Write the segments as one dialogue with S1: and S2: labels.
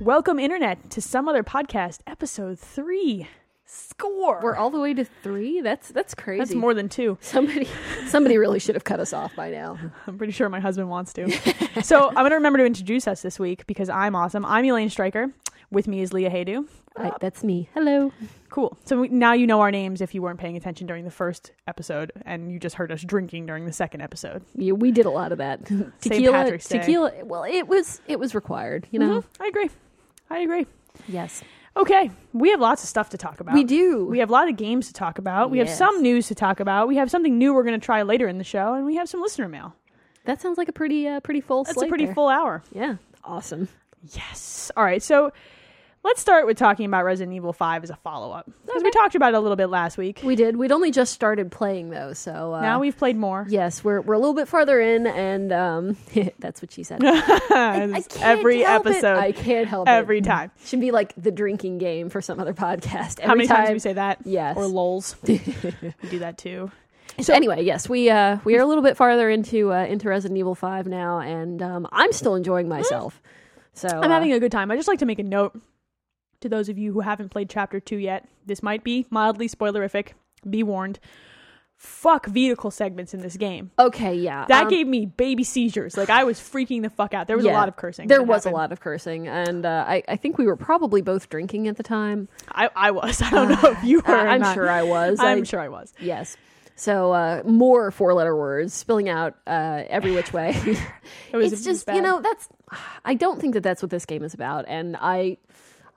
S1: Welcome, Internet, to Some Other Podcast, episode three. Score.
S2: We're all the way to three. That's that's crazy.
S1: That's more than two.
S2: Somebody somebody really should have cut us off by now.
S1: I'm pretty sure my husband wants to. so I'm going to remember to introduce us this week because I'm awesome. I'm Elaine Stryker. With me is Leah Haydu.
S2: Right, that's me. Hello.
S1: Cool. So we, now you know our names if you weren't paying attention during the first episode and you just heard us drinking during the second episode.
S2: Yeah, we did a lot of that. tequila.
S1: Patrick's Day.
S2: Tequila. Well, it was it was required. You know.
S1: Mhm. I agree. I agree.
S2: Yes.
S1: Okay. We have lots of stuff to talk about.
S2: We do.
S1: We have a lot of games to talk about. We have
S2: Yes.
S1: some news to talk about. We have something new we're going to try later in the show, and we have some listener mail.
S2: that sounds like a pretty uh, pretty full.
S1: That's a
S2: slate
S1: pretty
S2: there.
S1: full hour.
S2: Yeah. Awesome.
S1: Yes. All right. So let's start with talking about Resident Evil 5 as a follow up. Because we
S2: Okay.
S1: talked about it a little bit last week.
S2: We did. We'd only just started playing though, so uh,
S1: now we've played more.
S2: Yes, we're we're a little bit farther in, and um, that's what she said. I can't
S1: every
S2: help it.
S1: episode.
S2: I can't help
S1: every
S2: it.
S1: time.
S2: Should be like the drinking game for some other podcast. Every
S1: How many
S2: time
S1: times do we say that?
S2: Yes.
S1: Or lols. we do that too.
S2: So anyway, yes, we uh, we are a little bit farther into uh, into Resident Evil Five now, and um, I'm still enjoying myself. So
S1: I'm having a good time. I just like to make a note to those of you who haven't played Chapter 2 yet. This might be mildly spoilerific. Be warned. Fuck vehicle segments in this game.
S2: okay, yeah.
S1: That
S2: um,
S1: gave me baby seizures. Like I was freaking the fuck out. There was a
S2: yeah.
S1: lot of cursing.
S2: There
S1: that
S2: was
S1: happened.
S2: a lot of cursing, and uh, I I think we were probably both drinking at the time.
S1: I, I was. I don't know if you were.
S2: Uh,
S1: or
S2: I'm
S1: not.
S2: sure I was.
S1: I'm
S2: I-
S1: sure I was.
S2: Yes. So uh, more four letter words spilling out uh, every which way.
S1: was-
S2: it's
S1: it was
S2: just you
S1: bad.
S2: know that's I don't think that that's what this game is about, and I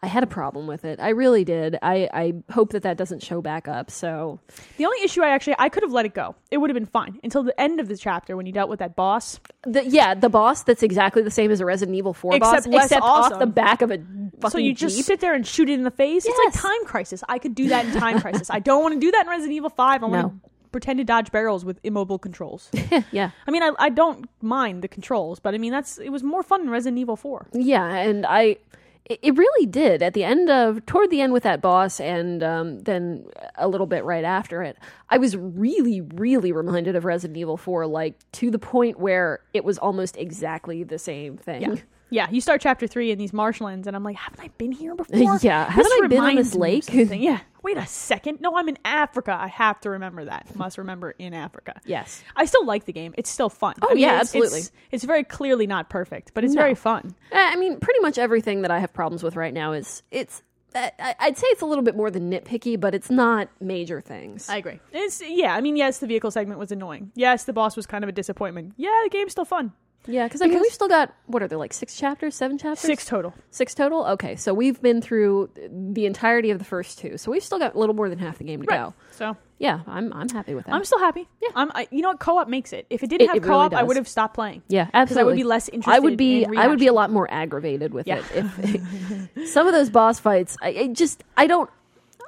S2: I had a problem with it. I really did. I I hope that that doesn't show back up. So
S1: The only issue I actually I could have let it go. It would have been fine until the end of the chapter when you dealt with that boss.
S2: the, yeah, the boss that's exactly the same as a Resident Evil Four
S1: Except
S2: boss,
S1: less
S2: except
S1: awesome.
S2: off the back of a fucking
S1: so you just
S2: Jeep.
S1: sit there and shoot it in the face. It's like
S2: Yes.
S1: Time Crisis. I could do that in Time Crisis. I don't want to do that in Resident Evil Five. I
S2: No.
S1: want to pretend to dodge barrels with immobile controls.
S2: yeah.
S1: I mean, I, I don't mind the controls, but I mean that's it was more fun in Resident Evil Four.
S2: Yeah, and I it it really did at the end of toward the end with that boss and um, then a little bit right after it i was really really reminded of resident evil 4 like to the point where it was almost exactly the same thing
S1: Yeah, you start chapter three in these marshlands, and I'm like, haven't I been here before?
S2: Yeah, haven't I been on
S1: reminds me of
S2: this lake?
S1: something. yeah. Wait a second. No, I'm in Africa. I have to remember that. Must remember in Africa.
S2: yes
S1: I still like the game. It's still fun. Oh
S2: yeah,
S1: it's,
S2: absolutely.
S1: It's, it's very clearly not perfect, but it's
S2: No.
S1: very fun.
S2: Uh, i mean pretty much everything that i have problems with right now is it's I- I- i'd say it's a little bit more than nitpicky but it's not major things
S1: I agree. It's yeah. I mean, yes, the vehicle segment was annoying. Yes, the boss was kind of a disappointment. Yeah, the game's still fun.
S2: yeah because i mean we've still got what are there like six chapters seven chapters
S1: Six total.
S2: Six total? Okay, so we've been through the entirety of the first two. So we've still got a little more than half the game to go.
S1: So
S2: Yeah, I'm, I'm happy with that.
S1: I'm still happy. Yeah. I'm. I, you know what? Co-op makes it. If it didn't
S2: It-
S1: have
S2: it really
S1: co-op, I
S2: does.
S1: would have stopped playing.
S2: yeah,
S1: I would
S2: absolutely.
S1: be less
S2: I would
S1: interested
S2: be
S1: in
S2: I would be a lot more aggravated with
S1: Yeah.
S2: it. If some of those boss fights, I, I just I don't.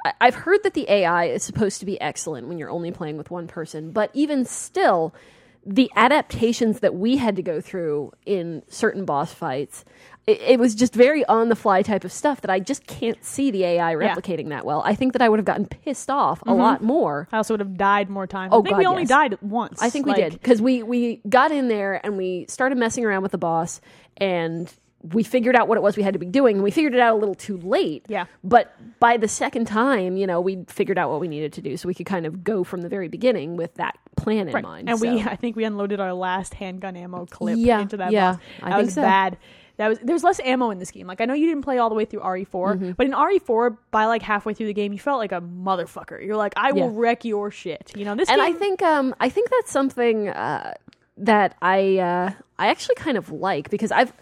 S2: I, I've heard that the AI is supposed to be excellent when you're only playing with one person, but even still, the adaptations that we had to go through in certain boss fights, it, it was just very on the fly type of stuff that I just can't see the AI replicating that well. I think that I would have gotten pissed off a
S1: Mm-hmm.
S2: lot more.
S1: I also would have died more times. I
S2: Oh,
S1: think
S2: God,
S1: we only
S2: yes.
S1: died once.
S2: I think we
S1: Like,
S2: did because we we got in there and we started messing around with the boss and we figured out what it was we had to be doing and we figured it out a little too late.
S1: Yeah.
S2: But by the second time, you know, we figured out what we needed to do so we could kind of go from the very beginning with that plan in
S1: Right.
S2: mind.
S1: And we,
S2: so.
S1: I think we unloaded our last handgun ammo clip
S2: Yeah,
S1: into that
S2: yeah,
S1: box.
S2: I
S1: that
S2: think
S1: was
S2: so.
S1: bad. That was there's less ammo in this game. Like I know you didn't play all the way through RE4,
S2: Mm-hmm.
S1: but in RE4, by like halfway through the game, you felt like a motherfucker. You're like, I will
S2: Yeah.
S1: wreck your shit. You know this.
S2: and
S1: game,
S2: I think um, I think that's something uh, that I uh, I actually kind of like because I've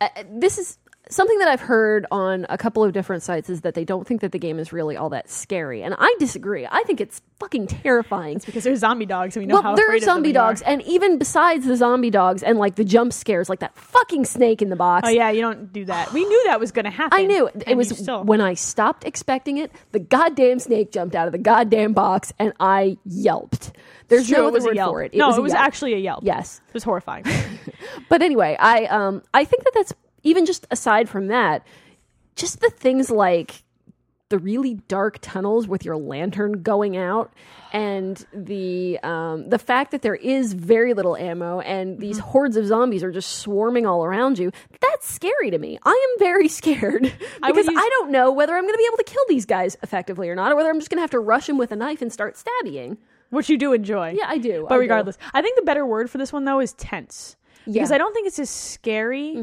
S2: uh, this is something that I've heard on a couple of different sites is that they don't think that the game is really all that scary, and I disagree. I think it's fucking terrifying.
S1: because there's zombie dogs, and we know how
S2: Well, there are
S1: afraid of them
S2: zombie
S1: we
S2: dogs, and even besides the zombie dogs and like the jump scares, like that fucking snake in the box.
S1: Oh yeah, you don't do that. We knew that was going to happen.
S2: I knew
S1: and
S2: it was
S1: you still.
S2: when I stopped expecting it. The goddamn snake jumped out of the goddamn box, and I yelped. There's
S1: True,
S2: no
S1: it
S2: other
S1: was a
S2: word
S1: yelp.
S2: for it.
S1: no,
S2: was
S1: it
S2: a
S1: was
S2: yelp.
S1: actually a yelp.
S2: yes.
S1: it was horrifying.
S2: But anyway, I um I think that that's even just aside from that, just the things like the really dark tunnels with your lantern going out and the um, the fact that there is very little ammo and these hordes of zombies are just swarming all around you that's scary to me i am very scared because
S1: I
S2: I,
S1: would use-
S2: don't know whether i'm going to be able to kill these guys effectively or not or whether i'm just going to have to rush them with a knife and start stabbing
S1: which you do enjoy.
S2: yeah i do I
S1: But
S2: do.
S1: regardless, I think the better word for this one though is tense. Because
S2: Yeah. Mm-hmm.
S1: I don't think it's as scary.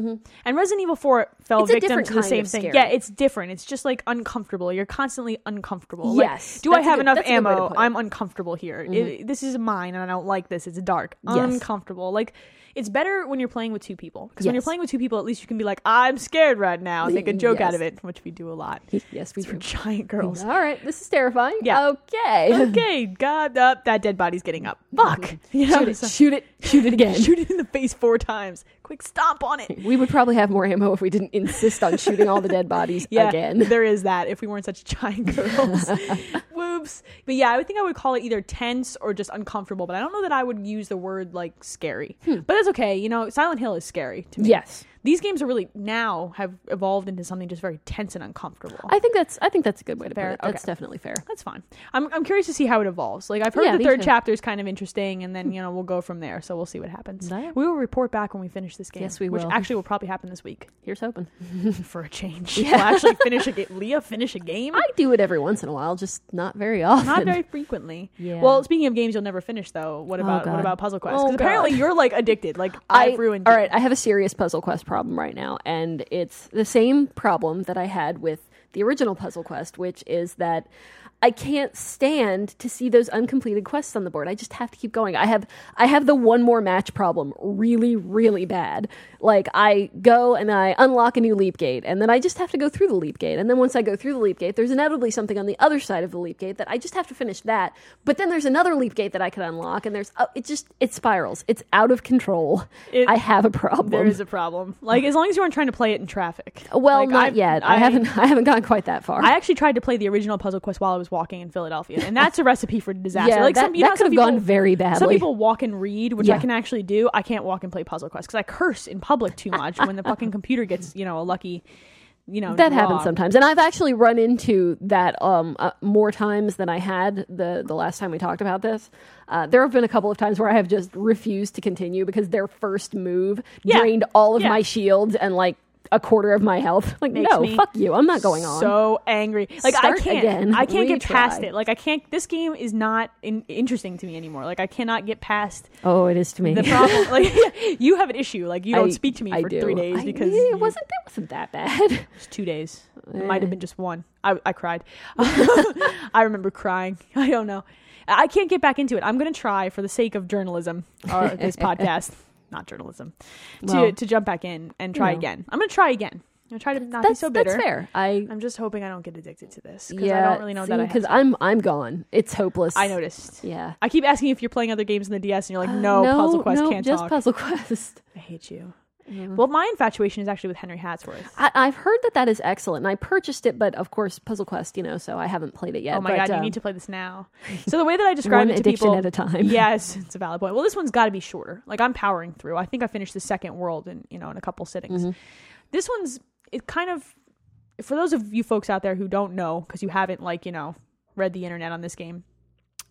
S1: And Resident Evil 4 fell
S2: It's a
S1: victim
S2: different
S1: to the
S2: kind
S1: same
S2: of
S1: thing.
S2: scary.
S1: Yeah, it's different. It's just like uncomfortable. You're constantly uncomfortable. Like,
S2: Yes.
S1: do I
S2: That's a
S1: have
S2: good-
S1: enough
S2: that's a good way to
S1: ammo?
S2: put it. Mm-hmm.
S1: I'm uncomfortable here. It- this is mine and I don't like this. It's dark.
S2: Yes.
S1: Uncomfortable. Like it's better when you're playing with two people. Because when you're
S2: Yes.
S1: playing with two people, at least you can be like, I'm scared right now and make a joke out
S2: Yes.
S1: of it, which we do a lot.
S2: yes we
S1: We're
S2: do
S1: giant girls.
S2: all right this is terrifying
S1: Yeah.
S2: okay
S1: Okay, God, up. that dead body's getting up. Fuck. You know,
S2: Mm-hmm. shoot it
S1: so-
S2: shoot it shoot it again
S1: shoot it in the face four times. Quick, stomp on it.
S2: We would probably have more ammo if we didn't insist on shooting all the dead bodies
S1: Yeah,
S2: again.
S1: there is that. If we weren't such giant girls, whoops. But yeah, I would think I would call it either tense or just uncomfortable. But I don't know that I would use the word like scary.
S2: Hmm.
S1: But it's okay. You know, Silent Hill is scary to me.
S2: Yes.
S1: these games are really now have evolved into something just very tense and uncomfortable.
S2: I think that's I think that's a good way to
S1: Fair,
S2: put it. That's
S1: okay.
S2: definitely fair.
S1: That's fine. I'm I'm curious to see how it evolves. Like I've heard
S2: Yeah,
S1: the
S2: me
S1: third
S2: too.
S1: chapter is kind of interesting, and then you know we'll go from there. So we'll see what happens.
S2: Right.
S1: We will report back when we finish this game.
S2: Yes, we
S1: which
S2: will.
S1: actually will probably happen this week.
S2: Here's hoping.
S1: for a change. We'll actually finish a game. Leah finish a game.
S2: I do it every once in a while, just not very often.
S1: not very frequently.
S2: Yeah.
S1: Well, speaking of games you'll never finish, though, what about what
S2: God.
S1: about Puzzle Quest?
S2: Oh,
S1: Because apparently
S2: God.
S1: you're like addicted. Like
S2: I
S1: I've ruined.
S2: All
S1: you.
S2: right, I have a serious puzzle quest problem right now, and it's the same problem that I had with the original puzzle quest, which is that I can't stand to see those uncompleted quests on the board. I just have to keep going. I have I have the one more match problem really really bad. Like I go and I unlock a new leap gate and then I just have to go through the leap gate. And then once I go through the leap gate, there's inevitably something on the other side of the leap gate that I just have to finish that. But then there's another leap gate that I could unlock and there's oh, it just it spirals. It's out of control.
S1: It-
S2: I have a
S1: There
S2: problem.
S1: is a problem. Like as long as you aren't trying to play it in traffic.
S2: well,
S1: Like,
S2: not
S1: I've-
S2: yet. I, haven't I haven't gone quite that far.
S1: I actually tried to play the original Puzzle Quest while I was walking in Philadelphia, and that's a recipe for disaster.
S2: yeah,
S1: like
S2: that,
S1: some, you know,
S2: that
S1: how
S2: could
S1: some
S2: have
S1: people,
S2: gone very badly.
S1: Some people walk and read, which I
S2: Yeah.
S1: can actually do. I can't walk and play Puzzle Quest because I curse in public too much when the fucking computer gets, you know, a lucky, you know,
S2: that happens
S1: draw.
S2: sometimes, and I've actually run into that um, uh, more times than I had the the last time we talked about this. Uh, there have been a couple of times where I have just refused to continue because their first move
S1: Yeah.
S2: drained all of
S1: Yeah.
S2: my shields and like a quarter of my health. Like,
S1: Makes
S2: no,
S1: me
S2: fuck you, I'm not going on.
S1: So angry. Like I
S2: Start
S1: can't.
S2: again.
S1: I can't get
S2: Retry.
S1: past it. Like I can't. This game is not in, interesting to me anymore. Like I cannot get past
S2: oh, it is to me.
S1: the problem. like you have an issue. Like you don't
S2: I-
S1: speak to me
S2: I
S1: for
S2: do.
S1: three days
S2: I-
S1: because
S2: yeah,
S1: you-
S2: it wasn't Eh. that wasn't that bad.
S1: it was two days. It might have been just one. I I cried. I remember crying. I don't know. I can't get back into it. I'm gonna try for the sake of journalism or this podcast. Not journalism. to
S2: Well,
S1: to jump back in and try
S2: you know.
S1: again. I'm gonna try again. I'm gonna try to not be
S2: that's
S1: so bitter.
S2: that's fair. I
S1: I'm just hoping I don't get addicted to this because
S2: yeah,
S1: I don't really know that I
S2: because
S1: have.
S2: I'm I'm gone. It's hopeless.
S1: I noticed.
S2: Yeah.
S1: I keep asking if you're playing other games in the DS, and you're like, no,
S2: Uh, no
S1: Puzzle Quest
S2: no,
S1: can't
S2: just
S1: talk.
S2: Puzzle Quest. Mm-hmm.
S1: I hate you. Well, my infatuation is actually with Henry Hatsworth.
S2: I, I've heard that that is excellent, and I purchased it, but of course, Puzzle Quest, you know, so I haven't played it yet.
S1: Oh my
S2: but,
S1: god, you
S2: um,
S1: need to play this now. So the way that I describe
S2: one
S1: it to
S2: addiction
S1: people,
S2: at a time.
S1: yes, it's a valid point. Well, this one's got to be shorter. Like I'm powering through. I think I finished the second world in you know in a couple sittings.
S2: Mm-hmm.
S1: This one's it kind of for those of you folks out there who don't know because you haven't like you know read the internet on this game.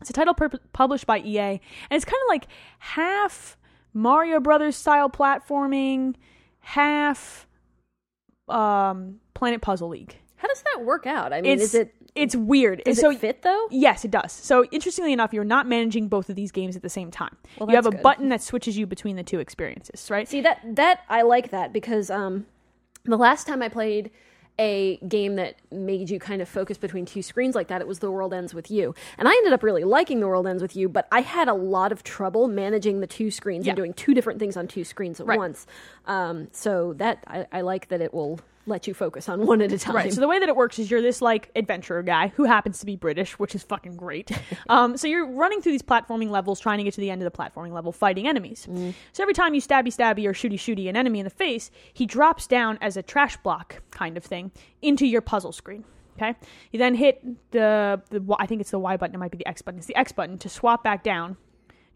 S1: It's a title pur- published by EA, and it's kind of like half Mario Brothers style platforming, half um, Planet Puzzle League.
S2: How does that work out? I mean,
S1: it's
S2: is it
S1: it's weird.
S2: does
S1: so
S2: it fit though?
S1: Yes, it does. So, interestingly enough, you're not managing both of these games at the same time.
S2: Well,
S1: you have a
S2: that's good.
S1: button that switches you between the two experiences, right?
S2: See that that I like that because um, the last time I played a game that made you kind of focus between two screens like that, it was The World Ends with You, and I ended up really liking The World Ends with You, but I had a lot of trouble managing the two screens
S1: Yeah.
S2: and doing two different things on two screens at
S1: Right.
S2: once. Um, so that I, I like that it will let you focus on one at a time.
S1: Right. So the way that it works is you're this like adventurer guy who happens to be British, which is fucking great. um, so you're running through these platforming levels, trying to get to the end of the platforming level, fighting enemies. So every time you stabby stabby or shooty shooty an enemy in the face, he drops down as a trash block kind of thing into your puzzle screen. Okay. You then hit the the Y- I think it's the Y button. It might be the X button. It's the X button to swap back down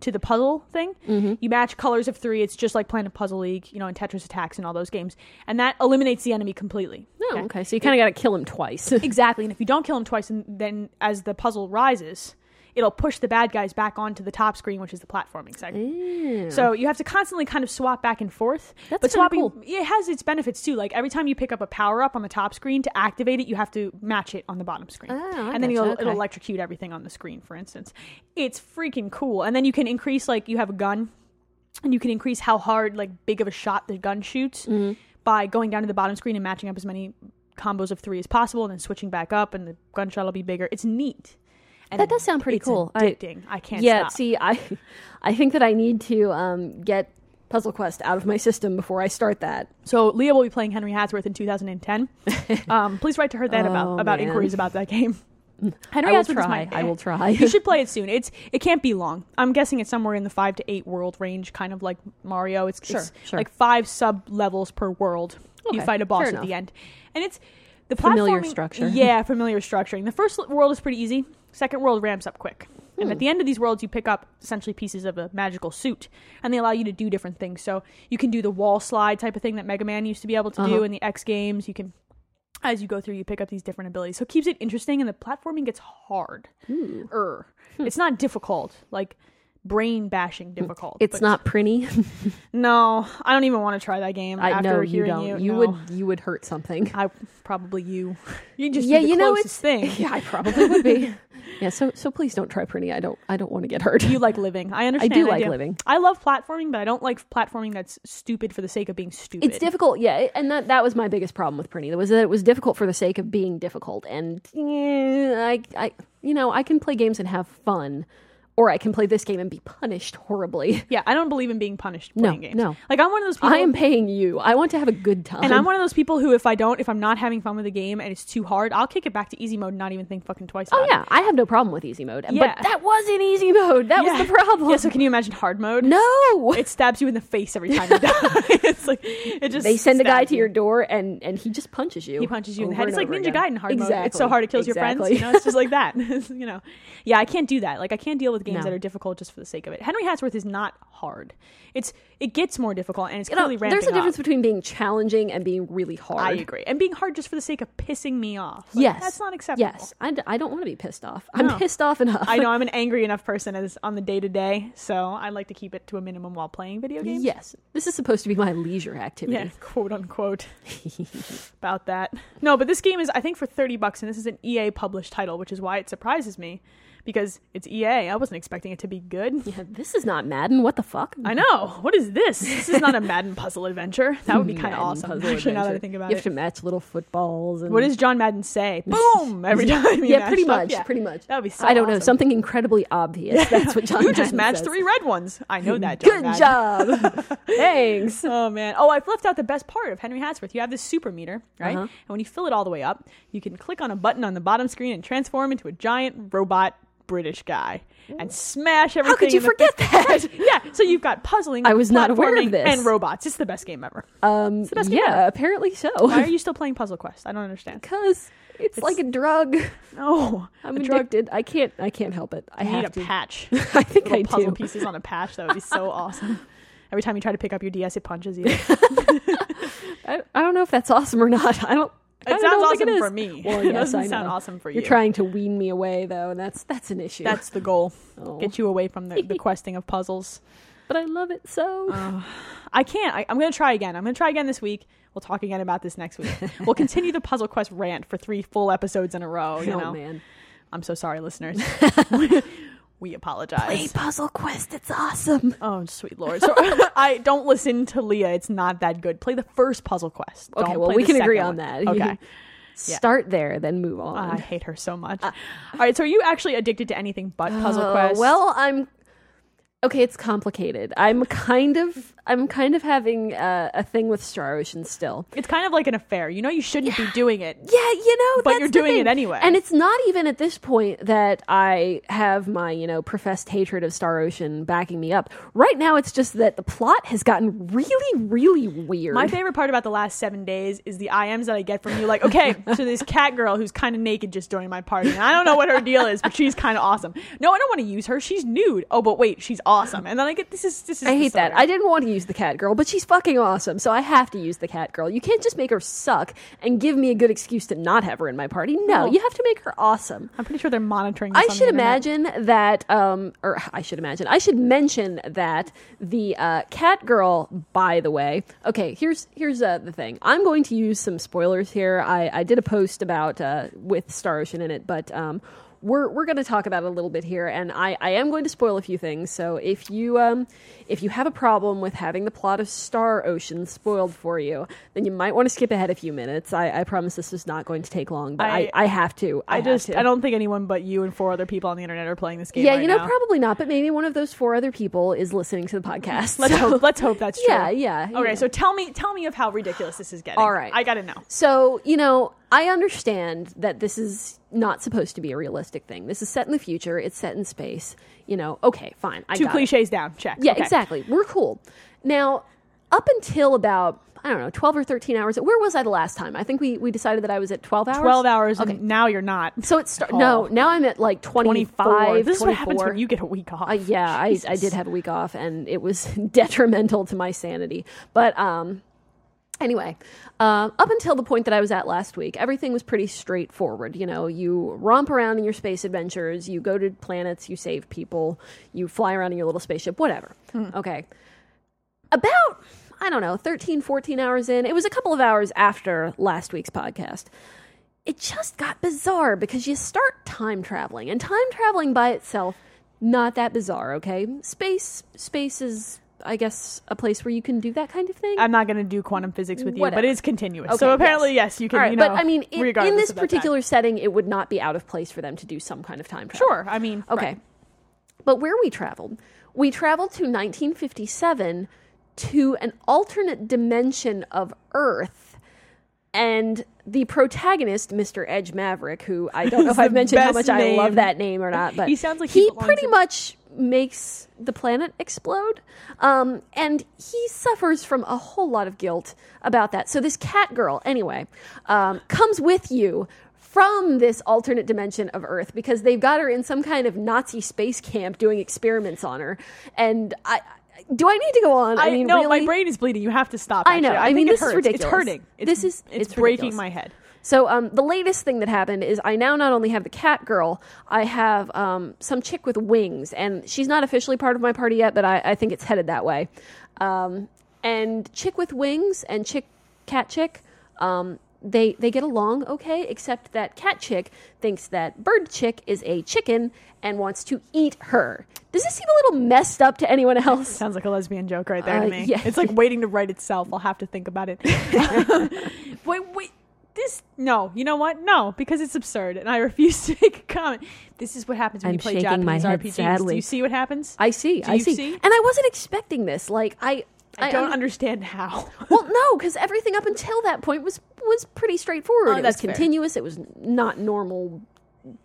S1: to the puzzle thing.
S2: Mm-hmm.
S1: You match colors of three. It's just like playing a puzzle league, you know, and Tetris attacks and all those games, and that eliminates the enemy completely.
S2: Oh, okay. So you kind of got to kill him twice.
S1: Exactly. And if you don't kill him twice, and then as the puzzle rises, it'll push the bad guys back onto the top screen, which is the platforming segment. So you have to constantly kind of swap back and forth.
S2: That's
S1: but
S2: kinda
S1: swapping
S2: cool.
S1: it has its benefits too. Like every time you pick up a power up on the top screen to activate it, you have to match it on the bottom screen,
S2: Oh, I
S1: and then
S2: gotcha.
S1: it'll,
S2: Okay.
S1: it'll electrocute everything on the screen. For instance, it's freaking cool. And then you can increase like you have a gun, and you can increase how hard like big of a shot the gun shoots
S2: Mm-hmm.
S1: by going down to the bottom screen and matching up as many combos of three as possible and then switching back up and the gunshot will be bigger it's neat and
S2: That does sound pretty
S1: it's
S2: cool. I-
S1: addicting i, can't
S2: yeah.
S1: stop.
S2: See, I, I think that I need to um, get Puzzle Quest out of my system before I start that.
S1: so leah will be playing henry hadsworth in 2010 um, please write to her then
S2: Oh,
S1: about about
S2: man.
S1: inquiries about that game henry
S2: I will
S1: hadsworth is my
S2: try. I will try.
S1: you should play it soon it's it can't be long i'm guessing it's somewhere in the five to eight world range kind of like mario it's,
S2: Sure,
S1: it's
S2: sure.
S1: like five sub levels per world you
S2: Okay,
S1: fight a boss
S2: fair
S1: at
S2: enough.
S1: the end and it's the
S2: Familiar
S1: platforming-
S2: structure.
S1: yeah familiar structuring the first world is pretty easy second world ramps up quick and
S2: Hmm.
S1: at the end of these worlds you pick up essentially pieces of a magical suit and they allow you to do different things so you can do the wall slide type of thing that mega man used to be able to do
S2: Uh-huh.
S1: in the x games you can as you go through you pick up these different abilities so it keeps it interesting and the platforming gets hard er it's not difficult like brain bashing difficult
S2: Hmm. It's
S1: but-
S2: not pretty.
S1: no i don't even want to try that game
S2: I
S1: after
S2: know you
S1: hearing
S2: don't. You,
S1: no.
S2: would. You would hurt something.
S1: I probably you. You just
S2: Yeah,
S1: be the
S2: you know,
S1: closest thing.
S2: Yeah, I probably would be. yeah. So so please don't try pretty. I don't. I don't want to get hurt.
S1: You like living. I understand.
S2: do like living.
S1: I love platforming, but I don't like platforming that's stupid for the sake of being stupid.
S2: It's difficult, yeah, it- and that that was my biggest problem with Prinny. Was that it was difficult for the sake of being difficult, and eh, I, I, you know, I can play games and have fun, or I can play this game and be punished horribly.
S1: Yeah, I don't believe in being punished
S2: No,
S1: playing games.
S2: no.
S1: Like I'm one of those people
S2: I am paying you. I want to have a good time.
S1: and I'm one of those people who if I don't if I'm not having fun with the game and it's too hard, I'll kick it back to easy mode and not even think fucking twice
S2: oh
S1: about
S2: yeah, I have no problem with easy mode,
S1: Yeah.
S2: but that was in easy mode. That
S1: it.
S2: was the problem.
S1: Yeah, so can you imagine hard mode?
S2: no,
S1: It stabs you in the face every time you die. it's like it just
S2: they send a guy
S1: stabs
S2: to
S1: you.
S2: your door, and and he just punches you.
S1: He punches you in the
S2: over
S1: head. It's like
S2: and
S1: Ninja
S2: over again.
S1: Gaiden hard mode. It's
S2: Exactly.
S1: so hard it kills
S2: Exactly.
S1: your friends. You know, it's just like that. you know, yeah, I can't do that. Like I can't deal with games
S2: No.
S1: that are difficult just for the sake of it. Henry Hadsworth is not hard. It's it gets more difficult and it's
S2: You know,
S1: clearly ramping
S2: uh, there's a difference
S1: Up.
S2: between being challenging and being really hard.
S1: I agree, and being hard just for the sake of pissing me off. Like,
S2: yes,
S1: that's not acceptable.
S2: Yes, I, d- I don't want to be pissed off.
S1: No.
S2: I'm pissed off enough.
S1: I know I'm an angry enough person as on the day to day, so I like to keep it to a minimum while playing video games.
S2: Yes, this is supposed to be my leisure
S1: Yeah,
S2: activity.
S1: quote unquote. about that. No, but this game is I think for 30 bucks and this is an EA published title, which is why it surprises me because it's EA. I wasn't expecting it to be good.
S2: Yeah, this is not Madden. What the fuck?
S1: I know. What is this? This is not a Madden puzzle adventure. That would be kind
S2: Hmm, Madden
S1: of awesome.
S2: puzzle
S1: Actually, now that I
S2: adventure.
S1: think about
S2: you
S1: it.
S2: have to match little footballs. And...
S1: What does John Madden say? Boom! Every time. he
S2: Yeah, pretty
S1: matched up.
S2: much.
S1: Yeah.
S2: Pretty much.
S1: That would be so
S2: I don't know
S1: awesome.
S2: something incredibly obvious. That's what John.
S1: You just
S2: Madden
S1: matched
S2: says.
S1: three red ones. I know that. John
S2: Good
S1: Madden.
S2: job. Thanks.
S1: Oh man! Oh, I've left out the best part of Henry Hadsworth. You have this super meter, right?
S2: Uh-huh.
S1: And when you fill it all the way up, you can click on a button on the bottom screen and transform into a giant robot British guy and smash everything.
S2: How could you
S1: in the
S2: forget
S1: face.
S2: that?
S1: Yeah. So you've got puzzling.
S2: I was not aware of
S1: platforming,
S2: this.
S1: And robots. It's the best game ever.
S2: Um,
S1: the best game ever.
S2: yeah, apparently so.
S1: Why are you still playing Puzzle Quest? I don't understand.
S2: Because it's, like a drug.
S1: No,
S2: I'm
S1: a drug.
S2: addicted. I can't. I can't help it. I
S1: You
S2: have
S1: need a
S2: to.
S1: patch.
S2: I think
S1: Little
S2: I
S1: puzzle
S2: do.
S1: pieces on a patch. That would be so awesome. Every time you try to pick up your DS, it punches you.
S2: I, I don't know if that's awesome or not. I don't. I
S1: It
S2: don't
S1: sounds
S2: think
S1: awesome
S2: it is.
S1: for me.
S2: Well,
S1: it
S2: yes,
S1: doesn't
S2: I
S1: sound
S2: know.
S1: awesome for you.
S2: You're trying to wean me away, though, and that's that's an issue.
S1: That's the goal.
S2: Oh.
S1: Get you away from the, the questing of puzzles. Uh,
S2: but I love it so.
S1: I can't. I, I'm going to try again. I'm going to try again this week. We'll talk again about this next week. we'll continue the puzzle quest rant for three full episodes in a row. You
S2: oh
S1: know,
S2: man,
S1: I'm so sorry, listeners. we apologize.
S2: Puzzle Quest, it's awesome.
S1: Oh, sweet lord! So I don't listen to Leah. It's not that good. Play the first puzzle quest.
S2: Okay,
S1: Don't
S2: well
S1: play
S2: we
S1: the
S2: can agree
S1: second
S2: on
S1: one.
S2: that.
S1: Okay.
S2: Start there, then move
S1: Ah, I
S2: on.
S1: hate her so much. All right, so are you actually addicted to anything but Puzzle
S2: Uh,
S1: Quest?
S2: Well, I'm okay. It's complicated. I'm kind of I'm kind of having uh, a thing with Star Ocean still.
S1: it's kind of like an affair. You know, you shouldn't be doing it.
S2: Yeah, you know,
S1: But
S2: that's
S1: you're
S2: the
S1: doing it
S2: thing.
S1: anyway.
S2: And it's not even at this point that I have my, you know, professed hatred of Star Ocean backing me up. Right now, it's just that the plot has gotten really, really weird.
S1: My favorite part about the last seven days is the IMs that I get from you. Like, okay, so this cat girl who's kind of naked just joined my party, and I don't know what her deal is, but she's kind of awesome. No, I don't want to use her. She's nude. Oh, but wait, she's awesome. And then I get this is this is.
S2: I
S1: the
S2: hate that.
S1: starter.
S2: I didn't want to use the cat girl, but she's fucking awesome, so I have to use the cat girl. You can't just make her suck and give me a good excuse to not have her in my party. No,
S1: No.
S2: you have to make her awesome.
S1: I'm pretty sure they're monitoring. This
S2: I
S1: on
S2: should
S1: the internet.
S2: imagine that, um, or I should imagine, I should mention that the uh, cat girl. By the way, okay, here's here's uh, the thing. I'm going to use some spoilers here. I, I did a post about uh, with Star Ocean in it, but. Um, we're, we're going to talk about it a little bit here, and I, I am going to spoil a few things. So if you um, if you have a problem with having the plot of Star Ocean spoiled for you, then you might want to skip ahead a few minutes. I, I promise this is not going to take long, but I,
S1: I-
S2: I, have to. I,
S1: I
S2: have
S1: just
S2: to.
S1: I don't think anyone but you and four other people on the internet are playing this game.
S2: Yeah,
S1: right
S2: you know,
S1: now.
S2: probably not, but maybe one of those four other people is listening to the podcast.
S1: Let's
S2: So-
S1: hope. Let's hope that's true.
S2: Yeah, yeah, you
S1: Okay,
S2: know.
S1: so tell me, tell me of how ridiculous this is getting.
S2: All right.
S1: I gotta know.
S2: So, you know, I understand that this is not supposed to be a realistic thing. This is set in the future, it's set in space. You know, okay, fine. I
S1: Two
S2: got it.
S1: cliches down. Check.
S2: Yeah,
S1: Okay.
S2: exactly. We're cool. Now, up until about, I don't know, 12 or 13 hours, where was I the last time? I think we, we decided that I was at 12 hours.
S1: Twelve hours.
S2: Okay.
S1: and Now you're not.
S2: so it started.
S1: Oh.
S2: No, now I'm at like 25.
S1: 24. This is what happens
S2: 24.
S1: when you get a week off.
S2: Uh, yeah, I, I
S1: Jesus.
S2: did have a week off, and it was detrimental to my sanity. But um, anyway, um, up until the point that I was at last week, everything was pretty straightforward. You know, you romp around in your space adventures, you go to planets, you save people, you fly around in your little spaceship, whatever. Okay. About, I don't know, 13, 14 hours in, it was a couple of hours after last week's podcast it just got bizarre because you start time traveling and time traveling by itself not that bizarre okay space space is i guess a place where you can do that kind of thing
S1: I'm not going to do quantum physics with you,
S2: Whatever.
S1: but it is continuous.
S2: Okay,
S1: Um, so apparently, yes, you can.
S2: all right
S1: you know,
S2: but i mean in- in
S1: regardless
S2: this
S1: of that
S2: particular setting it would not be out of place for them to do some kind of time travel
S1: fact. sure. I mean,
S2: Okay.
S1: right.
S2: But where we traveled, we traveled to 1957 to an alternate dimension of Earth. And the protagonist, Mr. Edge Maverick, who I don't know if
S1: the
S2: I've mentioned how much
S1: best
S2: I love
S1: name.
S2: that name or not, but
S1: He sounds like he
S2: he
S1: belongs
S2: pretty
S1: in-
S2: much makes the planet explode. Um, and he suffers from a whole lot of guilt about that. So this cat girl, anyway, um, comes with you from this alternate dimension of Earth because they've got her in some kind of Nazi space camp doing experiments on her. And I. Do I need to go on?
S1: I,
S2: I, mean,
S1: no,
S2: really?
S1: my brain is bleeding. You have to stop.
S2: I know.
S1: actually.
S2: I
S1: think
S2: mean,
S1: it
S2: this is
S1: hurts.
S2: ridiculous.
S1: It's hurting. It's,
S2: This is-
S1: it's,
S2: it's
S1: breaking
S2: ridiculous.
S1: my head.
S2: So um, the latest thing that happened is I now not only have the cat girl, I have um, some chick with wings, and she's not officially part of my party yet, but I, I think it's headed that way. Um, and chick with wings and chick cat chick, um, they they get along okay, except that cat chick thinks that bird chick is a chicken and wants to eat her. Does this seem a little messed up to anyone else?
S1: Sounds like a lesbian joke right there
S2: Uh,
S1: to me.
S2: yeah.
S1: It's like waiting to write itself. I'll have to think about it. wait, wait. This no, you know what? No, because it's absurd, and I refuse to make a comment. This is what happens when
S2: I'm
S1: you play
S2: shaking
S1: Japanese
S2: my head
S1: RPGs.
S2: sadly.
S1: Do you see what happens?
S2: I see.
S1: Do
S2: I
S1: you
S2: see.
S1: see?
S2: And I wasn't expecting this. Like I.
S1: I don't
S2: un-
S1: understand how.
S2: well, no, because everything up until that point was was pretty straightforward.
S1: Oh,
S2: it was
S1: that's fair.
S2: continuous. It was not normal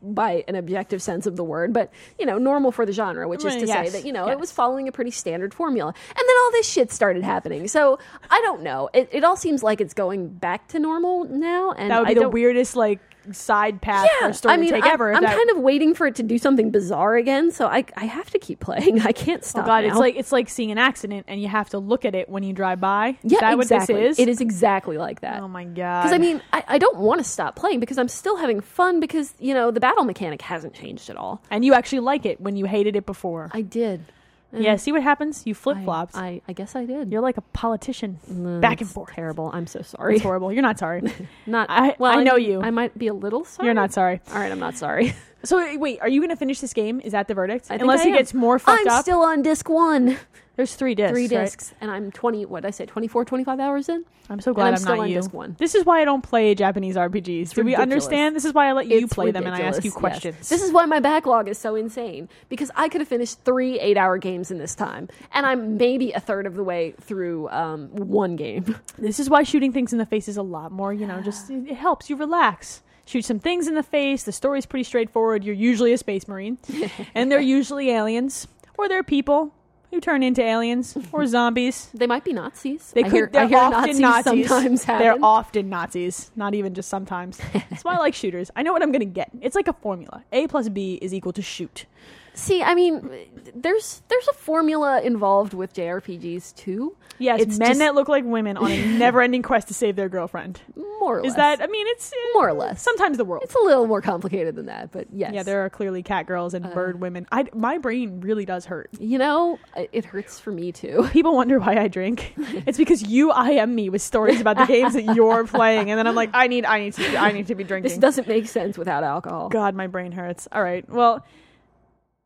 S2: by an objective sense of the word, but you know, normal for the genre, which is
S1: Right,
S2: to say
S1: yes,
S2: that you know it
S1: yes.
S2: was following a pretty standard formula. And then all this shit started happening. So I don't know. It, it all seems like it's going back to normal now, and
S1: That would be
S2: I
S1: the
S2: don't-
S1: weirdest like side path for a story
S2: I mean,
S1: to take
S2: I'm,
S1: ever. if
S2: I'm
S1: that-
S2: kind of waiting for it to do something bizarre again, so I I have to keep playing. I can't
S1: Oh
S2: stop.
S1: god,
S2: now.
S1: it's like it's like seeing an accident and you have to look at it when you drive by. Is
S2: yeah,
S1: that
S2: exactly.
S1: what this is?
S2: It is exactly like that.
S1: Oh my god.
S2: Because I mean, I, I don't want to stop playing because I'm still having fun because you know the battle mechanic hasn't changed at all.
S1: and you actually like it when you hated it before.
S2: I did.
S1: yeah, see what happens? You flip
S2: I-
S1: flops.
S2: I, I guess I did. Mm,
S1: You're like a politician, back and
S2: It's
S1: forth.
S2: Terrible. I'm so
S1: It's
S2: sorry.
S1: horrible. You're not sorry.
S2: Not.
S1: I-
S2: well,
S1: I know
S2: mean,
S1: you.
S2: I might be a little sorry.
S1: You're not sorry.
S2: All right, I'm not sorry.
S1: So wait, wait, are you going to finish this game? Is that the verdict?
S2: I think
S1: Unless
S2: I
S1: it
S2: am.
S1: gets more fucked
S2: I'm
S1: up.
S2: still on disc one,
S1: There's three discs.
S2: three
S1: right?
S2: discs, and I'm 20. What did I say? 24, 25 hours in.
S1: I'm so glad
S2: I'm
S1: I'm,
S2: still
S1: not
S2: on
S1: you.
S2: disc one.
S1: This is why I don't play Japanese RPGs. Do we
S2: ridiculous.
S1: understand? This is why I let you
S2: It's
S1: play them and I ask you
S2: ridiculous, yes.
S1: questions.
S2: This is why my backlog is so insane because I could have finished three eight-hour games in this time, and I'm maybe a third of the way through um, one game.
S1: This is why shooting things in the face is a lot more, you know, just it it helps you relax. Shoot some things in the face. The story's pretty straightforward. You're usually a space marine, and they're usually aliens, or they're people who turn into aliens or zombies.
S2: They might be Nazis.
S1: They
S2: I
S1: could.
S2: hear,
S1: they're
S2: I hear
S1: often Nazis.
S2: sometimes happen.
S1: They're often Nazis. Not even just sometimes. That's why I like shooters. I know what I'm gonna get. It's like a formula. A plus B is equal to shoot.
S2: See, I mean, there's there's a formula involved with JRPGs too.
S1: Yes,
S2: It's
S1: men
S2: just-
S1: that look like women on a never-ending quest to save their girlfriend.
S2: More or less.
S1: Is that? I mean, it's uh,
S2: more or less?
S1: sometimes the world.
S2: it's a little more complicated than that, but yes.
S1: Yeah, there are clearly cat girls
S2: Uh.
S1: and bird women. I my brain really does hurt.
S2: You know, I- it hurts for me too.
S1: People wonder why I drink. It's because you I am me with stories about the games that you're playing, and then I'm like, I need, I need to, I need to be drinking. Oh
S2: This doesn't make sense without alcohol.
S1: God, my brain hurts. All right. Well,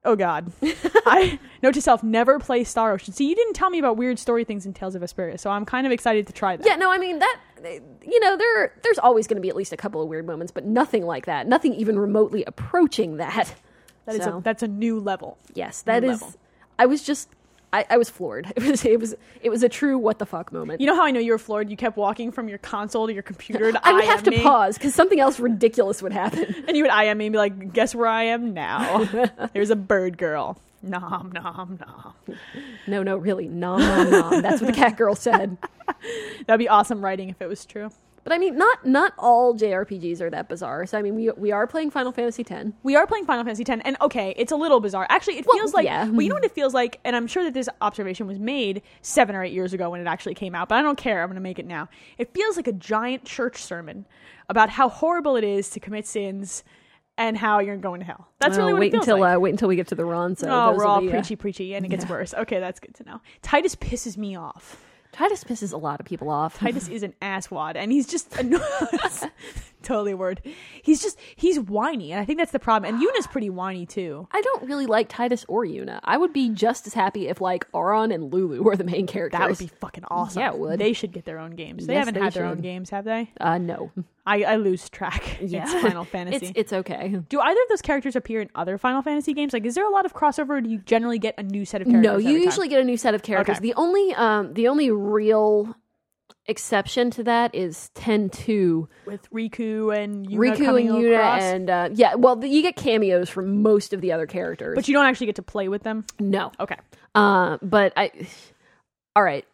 S1: oh God. I note to self: never play Star Ocean. See, you didn't tell me about weird story things in Tales of Vesperia, so I'm kind of excited to try that.
S2: Yeah, no, I mean that. You know, there there's always going to be at least a couple of weird moments, but nothing like that. Nothing even remotely approaching that.
S1: that is
S2: so,
S1: a, that's a new level.
S2: yes, that
S1: new
S2: is.
S1: level.
S2: I was just. I, I was floored. It was it was it was a true what the fuck moment.
S1: You know how I know you were floored? You kept walking from your console to your computer. To
S2: I would
S1: IM
S2: have to
S1: me,
S2: pause because something else ridiculous would happen.
S1: and you would IM me and be like, "Guess where I am now? There's a bird girl. Nom nom nom."
S2: No, no, really, nom nom nom. That's what the cat girl said.
S1: That'd be awesome writing if it was true.
S2: But I mean, not not all JRPGs are that bizarre. So I mean, we we are playing Final Fantasy X.
S1: We are playing Final Fantasy X, and okay, it's a little bizarre. Actually, it
S2: Well,
S1: feels like
S2: yeah.
S1: well, you know what it feels like, and I'm sure that this observation was made seven or eight years ago when it actually came out, but I don't care. I'm going to make it now. It feels like a giant church sermon about how horrible it is to commit sins and how you're going to hell. That's
S2: Oh,
S1: really what
S2: wait
S1: it feels
S2: until
S1: like.
S2: uh, wait until we get to the Ronzo.
S1: Oh,
S2: Those
S1: we're
S2: will
S1: all
S2: be, uh,
S1: preachy, preachy, and it gets worse. Okay, that's good to know. Titus pisses me off.
S2: Titus pisses a lot of people off.
S1: Titus is an asswad, and he's just anno- totally a word. He's just he's whiny, and I think that's the problem. And Yuna's pretty whiny too.
S2: I don't really like Titus or Yuna. I would be just as happy if like Auron and Lulu were the main characters.
S1: That would be fucking awesome.
S2: Yeah, it would.
S1: They should get their own games. They
S2: Yes,
S1: haven't
S2: they
S1: had their own
S2: should.
S1: games, have they?
S2: uh no.
S1: I, I lose track.
S2: Yeah.
S1: It's Final Fantasy.
S2: It's it's okay.
S1: do either of those characters appear in other Final Fantasy games? Like, is there a lot of crossover? Or do you generally get a new set of characters?
S2: No, you
S1: every time?
S2: usually get a new set of characters.
S1: Okay.
S2: The only um the only real exception to that is 10-2
S1: with Riku and Yuna
S2: Riku
S1: coming
S2: and Yuna
S1: across,
S2: and uh, yeah well the, you get cameos from most of the other characters
S1: but you don't actually get to play with them.
S2: no
S1: Okay,
S2: uh, but I all right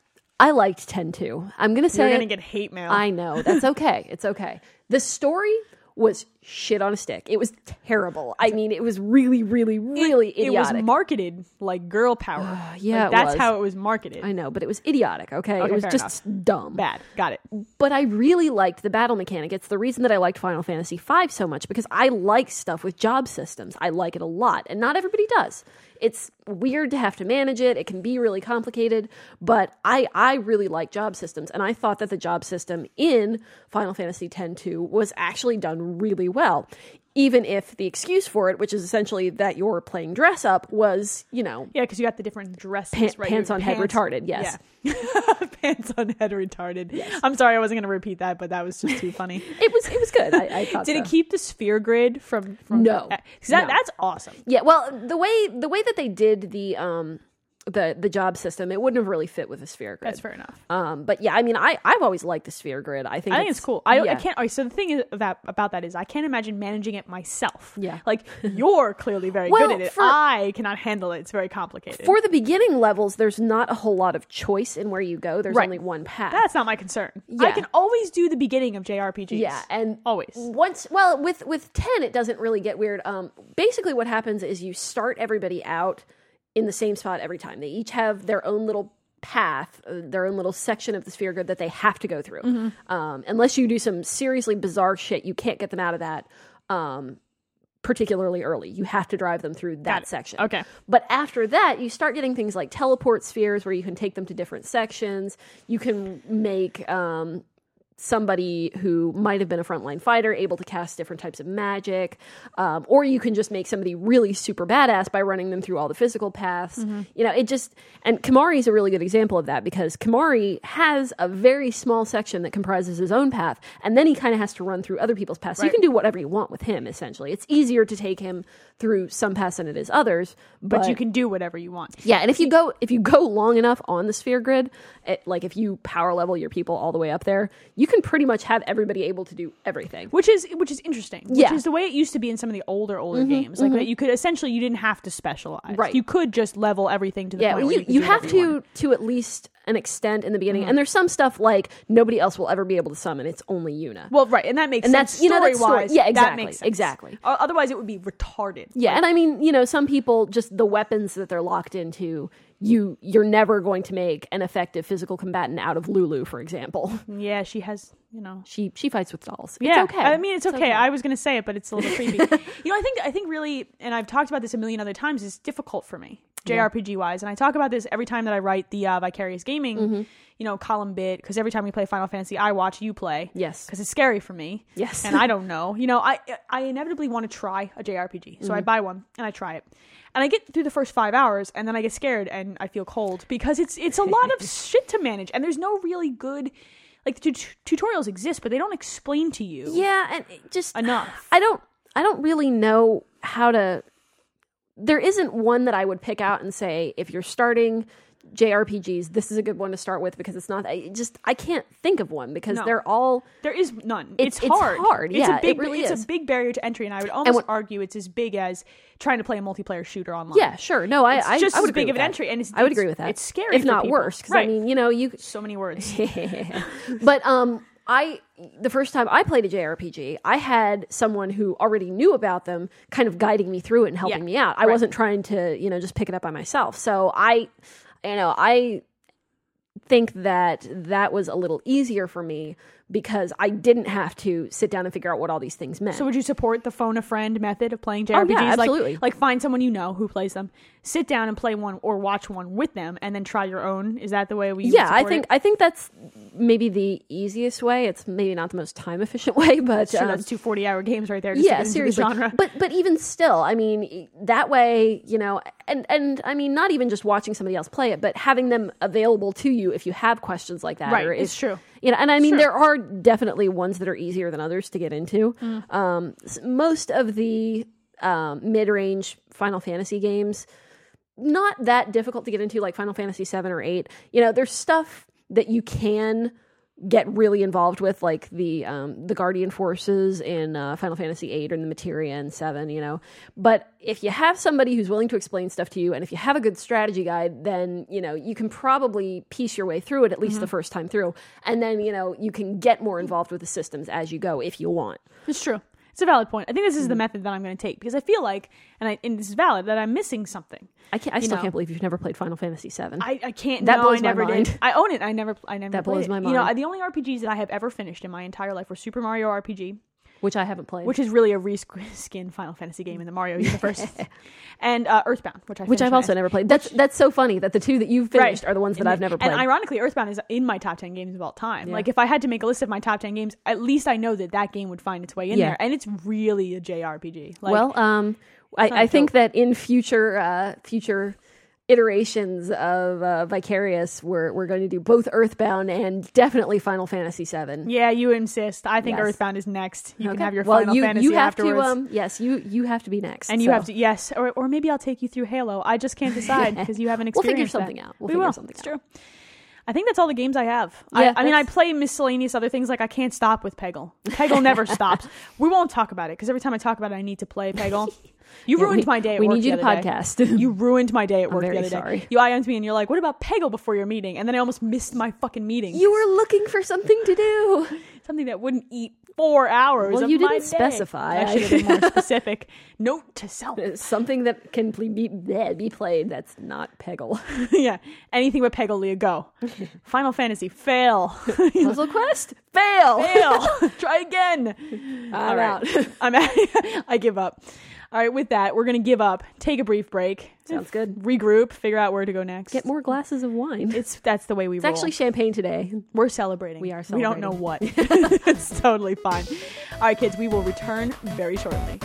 S2: I liked 10-2 I'm gonna say
S1: you're
S2: it.
S1: gonna get hate mail.
S2: I know. That's okay. It's okay. The story was shit on a stick. It was terrible. I mean, it was really, really, really
S1: it was
S2: idiotic.
S1: marketed like girl power.
S2: yeah,
S1: Like,
S2: it
S1: that's
S2: was.
S1: how it was marketed.
S2: I know, but it was idiotic. Okay,
S1: Okay,
S2: it was
S1: fair
S2: just dumb.
S1: Bad. Got it.
S2: But I really liked the battle mechanic. It's the reason that I liked Final Fantasy V so much because I like stuff with job systems. I like it a lot, and not everybody does. It's weird to have to manage it. It can be really complicated, but I I really like job systems, and I thought that the job system in Final Fantasy X-2 was actually done really well. Even if the excuse for it, which is essentially that you're playing dress up, was you know
S1: Yeah, because you got the different dresses.
S2: Pa-
S1: right?
S2: pants
S1: Your
S2: on head retarded, yes.
S1: Yeah. pants on head retarded. I'm sorry, I wasn't going to repeat that, but that was just too funny.
S2: it was it was good. I, I thought
S1: Did
S2: so.
S1: it keep the sphere grid from? from
S2: No.
S1: 'cause that,
S2: No.
S1: that's awesome.
S2: Yeah, well, the way the way that they did the um the the job system, it wouldn't have really fit with the sphere grid.
S1: That's fair enough.
S2: Um, but yeah, I mean, I I've always liked the sphere grid. I think
S1: I think it's cool. I, don't I
S2: yeah.
S1: can't. alright, So the thing is that about that is I can't imagine managing it myself.
S2: Yeah.
S1: like you're clearly very
S2: Well,
S1: good at it.
S2: for-
S1: I cannot handle it. It's very complicated.
S2: For the beginning levels, there's not a whole lot of choice in where you go. There's
S1: Right.
S2: only one path.
S1: that's not my concern. I
S2: Yeah.
S1: can always do the beginning of JRPGs.
S2: yeah, and
S1: always.
S2: once well with with 10 it doesn't really get weird um basically what happens is you start everybody out in the same spot every time they each have their own little path uh, their own little section of the sphere grid that they have to go through
S1: Mm-hmm.
S2: um, unless you do some seriously bizarre shit you can't get them out of that um particularly early you have to drive them through that
S1: it.
S2: section
S1: Okay.
S2: but after that, you start getting things like teleport spheres where you can take them to different sections. You can make um, somebody who might have been a frontline fighter able to cast different types of magic. Um, or you can just make somebody really super badass by running them through all the physical paths.
S1: Mm-hmm.
S2: You know, it just, and Kamari is a really good example of that because Kamari has a very small section that comprises his own path. And then he kind of has to run through other people's paths. So you
S1: Right.
S2: can do whatever you want with him, essentially. It's easier to take him through some paths than it is others. But,
S1: but, you can do whatever you want.
S2: yeah, and if you go if you go long enough on the sphere grid, it, like if you power level your people all the way up there, you you can pretty much have everybody able to do everything.
S1: which is which is interesting. Which
S2: Yeah. Mm-hmm.
S1: is the way it used to be in some of the older older games, like that you could essentially you didn't have to specialize.
S2: Right.
S1: you could just level everything to the
S2: Yeah,
S1: point.
S2: well,
S1: where
S2: you,
S1: you, Mm-hmm. could do
S2: you have
S1: everyone.
S2: to to at least an extent in the beginning, and there's some stuff like nobody else will ever be able to summon. It's only Yuna.
S1: Well, right, and that makes
S2: And
S1: sense.
S2: that's- you know, that's
S1: Story-wise,
S2: story- yeah,
S1: That
S2: exactly,
S1: makes sense.
S2: exactly.
S1: O- otherwise, it would be retarded.
S2: yeah, and I mean, you know, some people just the weapons that they're locked into. You you're never going to make an effective physical combatant out of Lulu, for example.
S1: Yeah, she has. You know,
S2: She she fights with dolls.
S1: Mm-hmm. Yeah,
S2: it's okay.
S1: I mean, it's, okay. I was going to say it, but it's a little creepy. you know, I think I think really, and I've talked about this a million other times. It's difficult for me JRPG wise, and I talk about this every time that I write the uh, Vicarious Gaming,
S2: Mm-hmm.
S1: you know, column bit because every time we play Final Fantasy, I watch you play.
S2: Yes.
S1: because it's scary for me.
S2: Yes.
S1: and I don't know. You know, I I inevitably want to try a JRPG,
S2: Mm-hmm.
S1: so I buy one and I try it. And I get through the first five hours, and then I get scared and I feel cold because it's it's a lot of shit to manage, and there's no really good, like the tut- tutorials exist, but they don't explain to you.
S2: Yeah, and it just
S1: Enough.
S2: I don't I don't really know how to there isn't one that I would pick out and say if you're starting JRPGs, this is a good one to start with because it's not I just I can't think of one because
S1: No.
S2: they're all
S1: There is none.
S2: It's-
S1: It's,
S2: it's
S1: hard.
S2: hard. Yeah,
S1: it's
S2: it
S1: a big,
S2: really
S1: it's
S2: is.
S1: a big barrier to entry, and I would almost
S2: when-
S1: argue it's as big as trying to play a multiplayer shooter online.
S2: yeah, sure. No, I
S1: It's
S2: I,
S1: just
S2: I would
S1: as
S2: agree
S1: big
S2: with
S1: of an
S2: that.
S1: entry, and it's-
S2: I would
S1: it's-
S2: agree with that.
S1: it's scary
S2: if
S1: for
S2: not
S1: people.
S2: worse. Because I
S1: Right.
S2: mean, you know, you
S1: So many words.
S2: but um I the first time I played a JRPG, I had someone who already knew about them kind of guiding me through it and helping
S1: Yeah,
S2: me out. I
S1: right.
S2: wasn't trying to, you know, just pick it up by myself. So I you know, I think that that was a little easier for me because I didn't have to sit down and figure out what all these things meant.
S1: So would you support the phone a friend method of playing
S2: Oh, yeah,
S1: JRPGs? Like-
S2: absolutely.
S1: Like, find someone you know who plays them, sit down and play one or watch one with them, and then try your own. Is that the way we? would
S2: yeah, I
S1: support
S2: think
S1: it?
S2: I think that's maybe the easiest way. It's maybe not the most time efficient way, but
S1: Sure,
S2: um,
S1: that's two 40 hour games right there. Just
S2: yeah, seriously.
S1: The genre.
S2: But but even still, I mean, e- that way, you know, and and I mean, not even just watching somebody else play it, but having them available to you if you have questions like that.
S1: Right,
S2: or
S1: it's
S2: if-
S1: true.
S2: You know, and I mean,
S1: Sure.
S2: there are definitely ones that are easier than others to get into.
S1: Mm.
S2: Um, s- most of the um, mid-range Final Fantasy games, not that difficult to get into, like Final Fantasy seven or eight. You know, there's stuff that you can get really involved with, like the um, the Guardian forces in uh, Final Fantasy eight and the Materia in seven. You know, but if you have somebody who's willing to explain stuff to you, and if you have a good strategy guide, then you know you can probably piece your way through it at least
S1: Mm-hmm.
S2: the first time through, and then you know you can get more involved with the systems as you go if you want.
S1: It's true. It's a valid point. I think this is the method that I'm going to take because I feel like, and, I, and it's valid, that I'm missing something.
S2: I can't. I still
S1: know.
S2: can't believe you've never played Final Fantasy seven.
S1: I, I can't.
S2: That
S1: no,
S2: blows
S1: I
S2: my
S1: never
S2: mind.
S1: did. I own it. I never. I never.
S2: That
S1: played
S2: blows
S1: it.
S2: my
S1: You know,
S2: mind.
S1: the only RPGs that I have ever finished in my entire life were Super Mario RPG,
S2: which I haven't played.
S1: which is really a reskin Final Fantasy game in the Mario universe, and uh, Earthbound, which I
S2: which
S1: finished
S2: I've
S1: and
S2: also
S1: I-
S2: never played. That's that's so funny that the two that you've finished are the ones that
S1: And-
S2: I've never played.
S1: And ironically, Earthbound is in my top ten games of all time. Like if I had to make a list of my top ten games, at least I know that that game would find its way in
S2: Yeah.
S1: there, and it's really a JRPG. Like,
S2: well, um, I, I
S1: of
S2: think that in future uh, future iterations of uh, Vicarious, we're we're going to do both Earthbound and definitely Final Fantasy Seven.
S1: yeah, you insist. I think
S2: Yes.
S1: Earthbound is next. You can have your
S2: well,
S1: Final
S2: you,
S1: Fantasy
S2: you have
S1: afterwards.
S2: to. Um, yes, you you have to be next,
S1: And you
S2: so.
S1: have to yes, or or maybe I'll take you through Halo. I just can't decide because you haven't
S2: We'll
S1: experienced.
S2: figure
S1: that.
S2: something out. We'll
S1: We
S2: figure
S1: will.
S2: something
S1: it's
S2: out.
S1: True. I think that's all the games I have.
S2: Yeah,
S1: I, I mean, I
S2: that's-
S1: play miscellaneous other things like I can't stop with Peggle. Peggle never stops. We won't talk about it because every time I talk about it, I need to play Peggle. You
S2: Yeah,
S1: ruined
S2: we-
S1: my day. At
S2: we
S1: work
S2: need
S1: the
S2: you to
S1: other day.
S2: podcast.
S1: You ruined my day at work
S2: very
S1: the other
S2: sorry.
S1: day. You IM'd me and you're like, "What about Peggle before your meeting?" And then I almost missed my fucking meeting.
S2: You were looking for something to do.
S1: Something that wouldn't eat four hours.
S2: Well,
S1: of
S2: you
S1: my
S2: didn't
S1: day.
S2: specify.
S1: I should have been more specific. Note to self.
S2: something that can ple- be bleh, be played. That's not Peggle.
S1: yeah, anything but Pegalia, go. Final Fantasy, fail.
S2: Puzzle Quest fail.
S1: fail. Try again.
S2: I'm
S1: All
S2: out.
S1: right. I'm out. I give up. All right, with that, we're going to give up, take a brief break.
S2: Sounds good.
S1: Regroup, figure out where to go next.
S2: Get more glasses of wine. It's
S1: it's that's the way we roll.
S2: actually champagne today.
S1: we're celebrating.
S2: We are
S1: We don't know what. it's totally fine. All right, kids, we will return very shortly.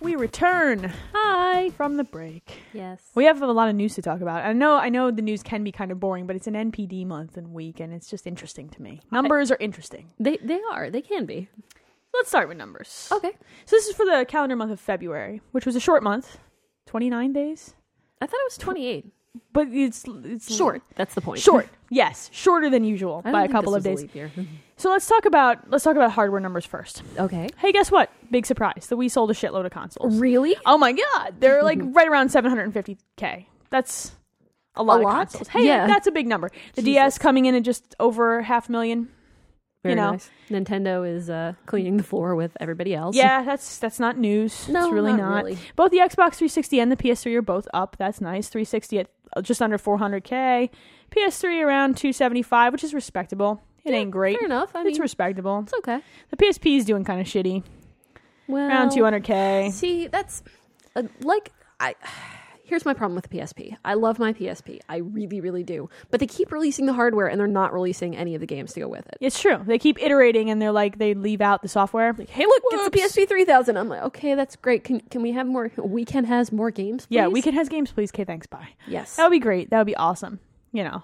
S1: We return
S2: Hi.
S1: from the break.
S2: Yes.
S1: We have a lot of news to talk about. I know I know the news can be kind of boring, but it's an NPD month and week and it's just interesting to me. Numbers are interesting.
S2: They they are. They can be.
S1: Let's start with numbers.
S2: Okay.
S1: Oh, So this is for the calendar month of February, which was a short month, 29 days.
S2: I thought it was 28.
S1: But it's it's
S2: That's the point.
S1: Short. Yes, shorter than usual
S2: I don't
S1: by a
S2: think
S1: couple
S2: this
S1: of
S2: was
S1: days.
S2: a leap year.
S1: So let's talk about let's talk about hardware numbers first.
S2: okay.
S1: Hey, guess what? Big surprise that we sold a shitload of consoles.
S2: Really?
S1: Oh my god, they're like right around 750k. That's a lot.
S2: A
S1: of
S2: lot?
S1: consoles. Hey,
S2: Yeah.
S1: that's a big number. The DS coming in at just over half a million.
S2: Very
S1: know.
S2: nice. Nintendo is uh, cleaning the floor with everybody else.
S1: Yeah, that's that's not news.
S2: No,
S1: it's really
S2: not
S1: not.
S2: really.
S1: Both the Xbox 360 and the PS3 are both up. That's nice. 360 at uh, just under 400k. PS3 around 275, which is respectable. It ain't great.
S2: Fair enough. I mean,
S1: it's
S2: it's,
S1: respectable.
S2: okay.
S1: The PSP is doing kind of shitty.
S2: Well,
S1: Around 200k.
S2: See, that's uh, like I. Here's my problem with the PSP. I love my PSP. I really, really do. But they keep releasing the hardware and they're not releasing any of the games to go with it.
S1: It's true. They keep iterating and they're like they leave out the software. Like, hey, look, it's the PSP.
S2: It's the PSP 3000. I'm like, okay, that's great. Can can we have more? Weekend has more games. Please?
S1: Yeah, Weekend has games, please. Okay, thanks. Bye.
S2: Yes.
S1: That would be great. That would be awesome. You know.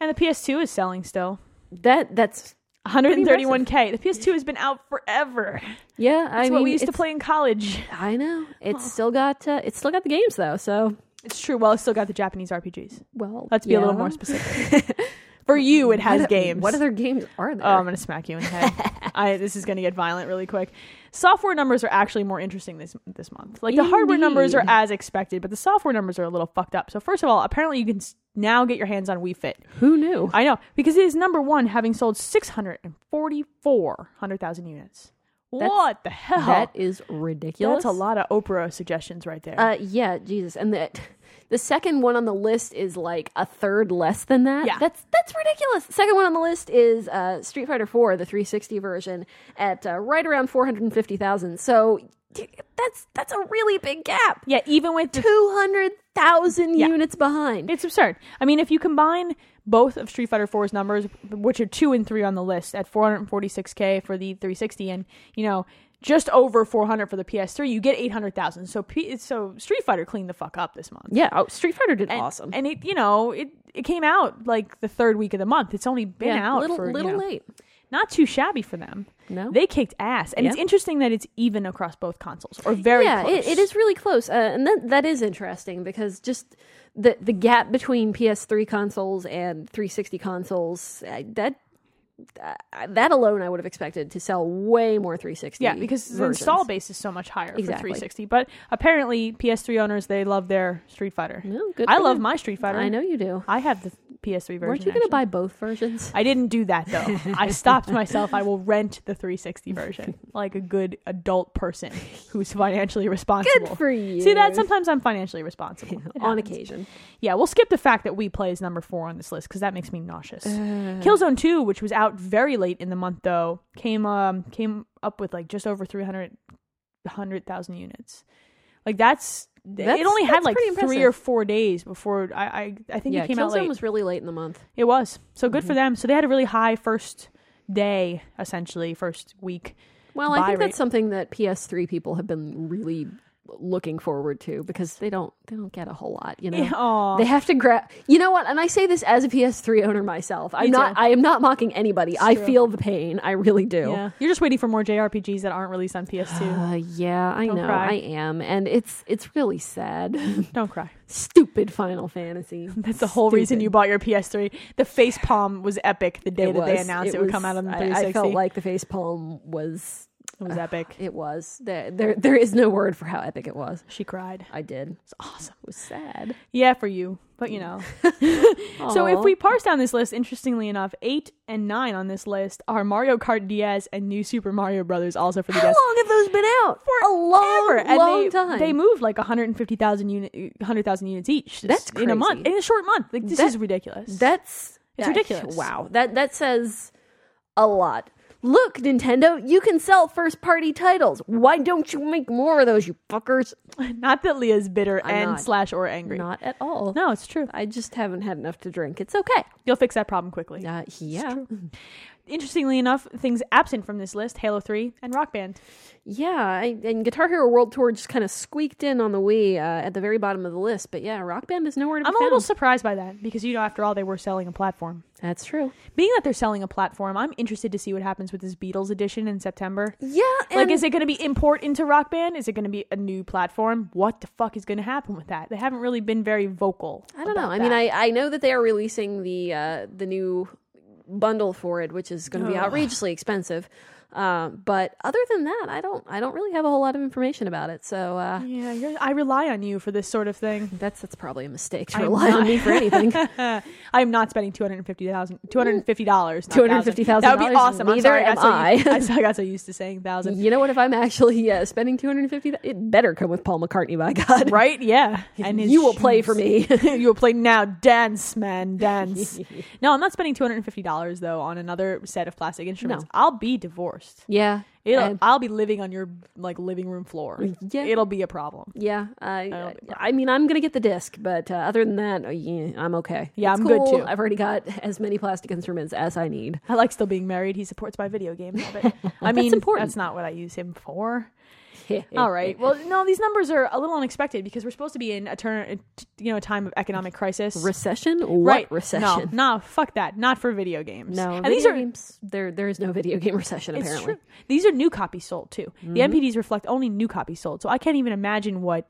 S1: And the PS2 is selling still.
S2: That that's
S1: 131k. The PS2 has been out forever.
S2: yeah. I
S1: That's
S2: mean,
S1: what we used to
S2: it's-
S1: play in college.
S2: I know. It's still got uh, it's still got the games though. So
S1: It's true. Well, it's still got the Japanese RPGs.
S2: well,
S1: Let's be a little
S2: yeah.
S1: more specific. For you, it has
S2: What-
S1: games.
S2: What other games are there?
S1: Oh, I'm gonna smack you in the head. I, this is gonna get violent really quick. Software numbers are actually more interesting this this month. Like the hardware numbers are
S2: Indeed.
S1: as expected, but the software numbers are a little fucked up. So first of all, apparently you can s- now get your hands on Wii Fit.
S2: Who knew?
S1: I know because it is number one, having sold six hundred and forty four hundred thousand units.
S2: That's-
S1: what the hell?
S2: That is ridiculous.
S1: That's a lot of Oprah suggestions right there.
S2: Uh, yeah, Jesus, and the the second one on the list is like a third less than that.
S1: Yeah.
S2: that's that's ridiculous. Second one on the list is uh, Street Fighter Four, the 360 version, at uh, right around 450 thousand. So d- that's that's a really big gap.
S1: yeah, even with the,
S2: 200,000
S1: Yeah.
S2: units behind.
S1: it's absurd. I mean, if you combine both of Street Fighter 4's numbers, which are two and three on the list, at 446k for the 360, and you know just over 400 for the PS3, you get 800,000. So P- so Street Fighter cleaned the fuck up this month.
S2: Yeah, oh, Street Fighter did
S1: And-
S2: awesome.
S1: And it, you know, it it came out like the third week of the month. It's only been
S2: yeah,
S1: out
S2: little
S1: for, you
S2: little
S1: know,
S2: late.
S1: not too shabby for them.
S2: No.
S1: They kicked ass. And it's
S2: Yeah.
S1: interesting that it's even across both consoles or very
S2: yeah,
S1: close.
S2: it, it is really close, uh, and that that is interesting because just the the gap between PS3 consoles and 360 consoles I, that. uh, That alone, I would have expected to sell way more 360.
S1: Yeah, because the
S2: versions.
S1: install base is so much higher for
S2: Exactly.
S1: 360. But apparently PS3 owners they love their Street Fighter.
S2: No, good
S1: I
S2: for
S1: love
S2: them.
S1: my Street Fighter.
S2: I know you do.
S1: I have the PS3 version.
S2: Weren't you going to
S1: actually.
S2: buy both versions?
S1: I didn't do that though. I stopped myself. I will rent the 360 version, like a good adult person who's financially responsible.
S2: Good for you.
S1: See that sometimes I'm financially responsible It
S2: on
S1: happens.
S2: occasion.
S1: Yeah, we'll skip the fact that We Play is number four on this list because that makes me nauseous.
S2: Mm.
S1: Killzone Two, which was out very late in the month though, came um came up with like just over 300 100,000 units. Like that's,
S2: That's-
S1: it only had
S2: that's
S1: like
S2: pretty
S1: three
S2: impressive.
S1: or four days before I I, I think
S2: Yeah,
S1: it came
S2: Killzone
S1: out late.
S2: was Mm-hmm. really late in the month.
S1: It was. So good for them. So they had a really high first day, essentially, first week.
S2: Well, I
S1: Buy
S2: think
S1: rate.
S2: that's something that PS3 people have been really looking forward to because they don't they don't get a whole lot, you know.
S1: Yeah, aw.
S2: They have to grab. You know what? And I say this as a PS3 owner myself. I'm
S1: Me
S2: not.
S1: too.
S2: I am not mocking anybody. I
S1: true.
S2: feel the pain. I really do.
S1: Yeah. You're just waiting for more JRPGs that aren't released on PS2.
S2: Uh, yeah, I
S1: Don't
S2: know.
S1: cry.
S2: I am, and it's it's really sad.
S1: Don't cry.
S2: Stupid Final Fantasy.
S1: That's the whole reason you bought your PS3. The face palm was epic the day that they announced it, would come out on the
S2: I-
S1: 360.
S2: I, felt like the face palm was.
S1: it was epic.
S2: It was there. There, there is no word for how epic it was.
S1: She cried.
S2: I did.
S1: It's awesome.
S2: It was sad.
S1: Yeah, for you. But you know. so if
S2: Mm. Aw.
S1: we parse down this list, interestingly enough, eight and nine on this list are Mario Kart DS and New Super Mario Brothers, also for the
S2: How
S1: DS.
S2: long have those been out? For a long,
S1: ever. And
S2: long
S1: they,
S2: time.
S1: They moved like 150,000 unit, 100,000 units each.
S2: That's
S1: in a month,
S2: crazy.
S1: in a short month. Like this
S2: That-
S1: is ridiculous.
S2: That's
S1: It's
S2: that-
S1: ridiculous.
S2: Wow. That that says a lot. Look, Nintendo, you can sell first party titles. Why don't you make more of those, you fuckers?
S1: Not that Leah's bitter
S2: I'm
S1: and
S2: not.
S1: slash or angry.
S2: Not at all.
S1: No, it's true.
S2: I just haven't had enough to drink. It's okay.
S1: You'll fix that problem quickly.
S2: Uh, yeah.
S1: Interestingly enough, things absent from this list: Halo Three and Rock Band.
S2: Yeah. I, and Guitar Hero World Tour just kind of squeaked in on the Wii uh, at the very bottom of the list. But yeah, Rock Band is nowhere to be
S1: I'm a
S2: found.
S1: little surprised by that because you know, after all, they were selling a platform.
S2: That's true.
S1: Being that they're selling a platform, I'm interested to see what happens with this Beatles edition in September.
S2: Yeah. And
S1: like, is it going to be import into Rock Band? Is it going to be a new platform? What the fuck is going to happen with that? They haven't really been very vocal.
S2: I don't know. I mean, I, I know that they are releasing the uh, the new bundle for it, which is going to be
S1: Ugh.
S2: outrageously expensive. Uh, but other than that, I don't I don't really have a whole lot of information about it. So uh,
S1: Yeah, you're, I rely on you for this sort of thing.
S2: that's that's probably a mistake to
S1: I'm
S2: rely on
S1: not-
S2: me for anything.
S1: I am not spending two hundred fifty thousand, two hundred fifty dollars,
S2: $250,000.
S1: That would be awesome. I'm
S2: Neither
S1: sorry,
S2: am
S1: I, got so,
S2: I.
S1: used- I got so used to saying thousand.
S2: you know what? If I'm actually uh, spending two hundred fifty, it better come with Paul McCartney. By God,
S1: Right? Yeah. And his
S2: you will play for
S1: shoes.
S2: me.
S1: you will play now, dance, man, dance. no, I'm not spending two hundred and fifty dollars though on another set of plastic instruments.
S2: No.
S1: I'll be divorced.
S2: yeah,
S1: It'll,
S2: and- Mm,
S1: I'll be living on your like living room floor.
S2: Yeah.
S1: It'll be a problem.
S2: yeah. I, I,
S1: don't-
S2: mean, I'm gonna get the disc, but uh, other than that, uh, yeah, I'm okay.
S1: Yeah,
S2: It's
S1: I'm good
S2: cool.
S1: too.
S2: I've already got as many plastic instruments as I need.
S1: I like still being married. He supports my video games, but I mean,
S2: important.
S1: that's not what I use him for. All right. Well, no, these numbers are a little unexpected because we're supposed to be in a turn, you know, a time of economic crisis.
S2: recession? What
S1: right.
S2: recession?
S1: No, no, fuck that. Not for video games.
S2: No,
S1: and
S2: video
S1: these are
S2: games. There, there is no video game recession.
S1: it's
S2: Apparently, Mm-hmm.
S1: true. These are new copies sold too. The MPDs reflect only new copies sold, so I can't even imagine what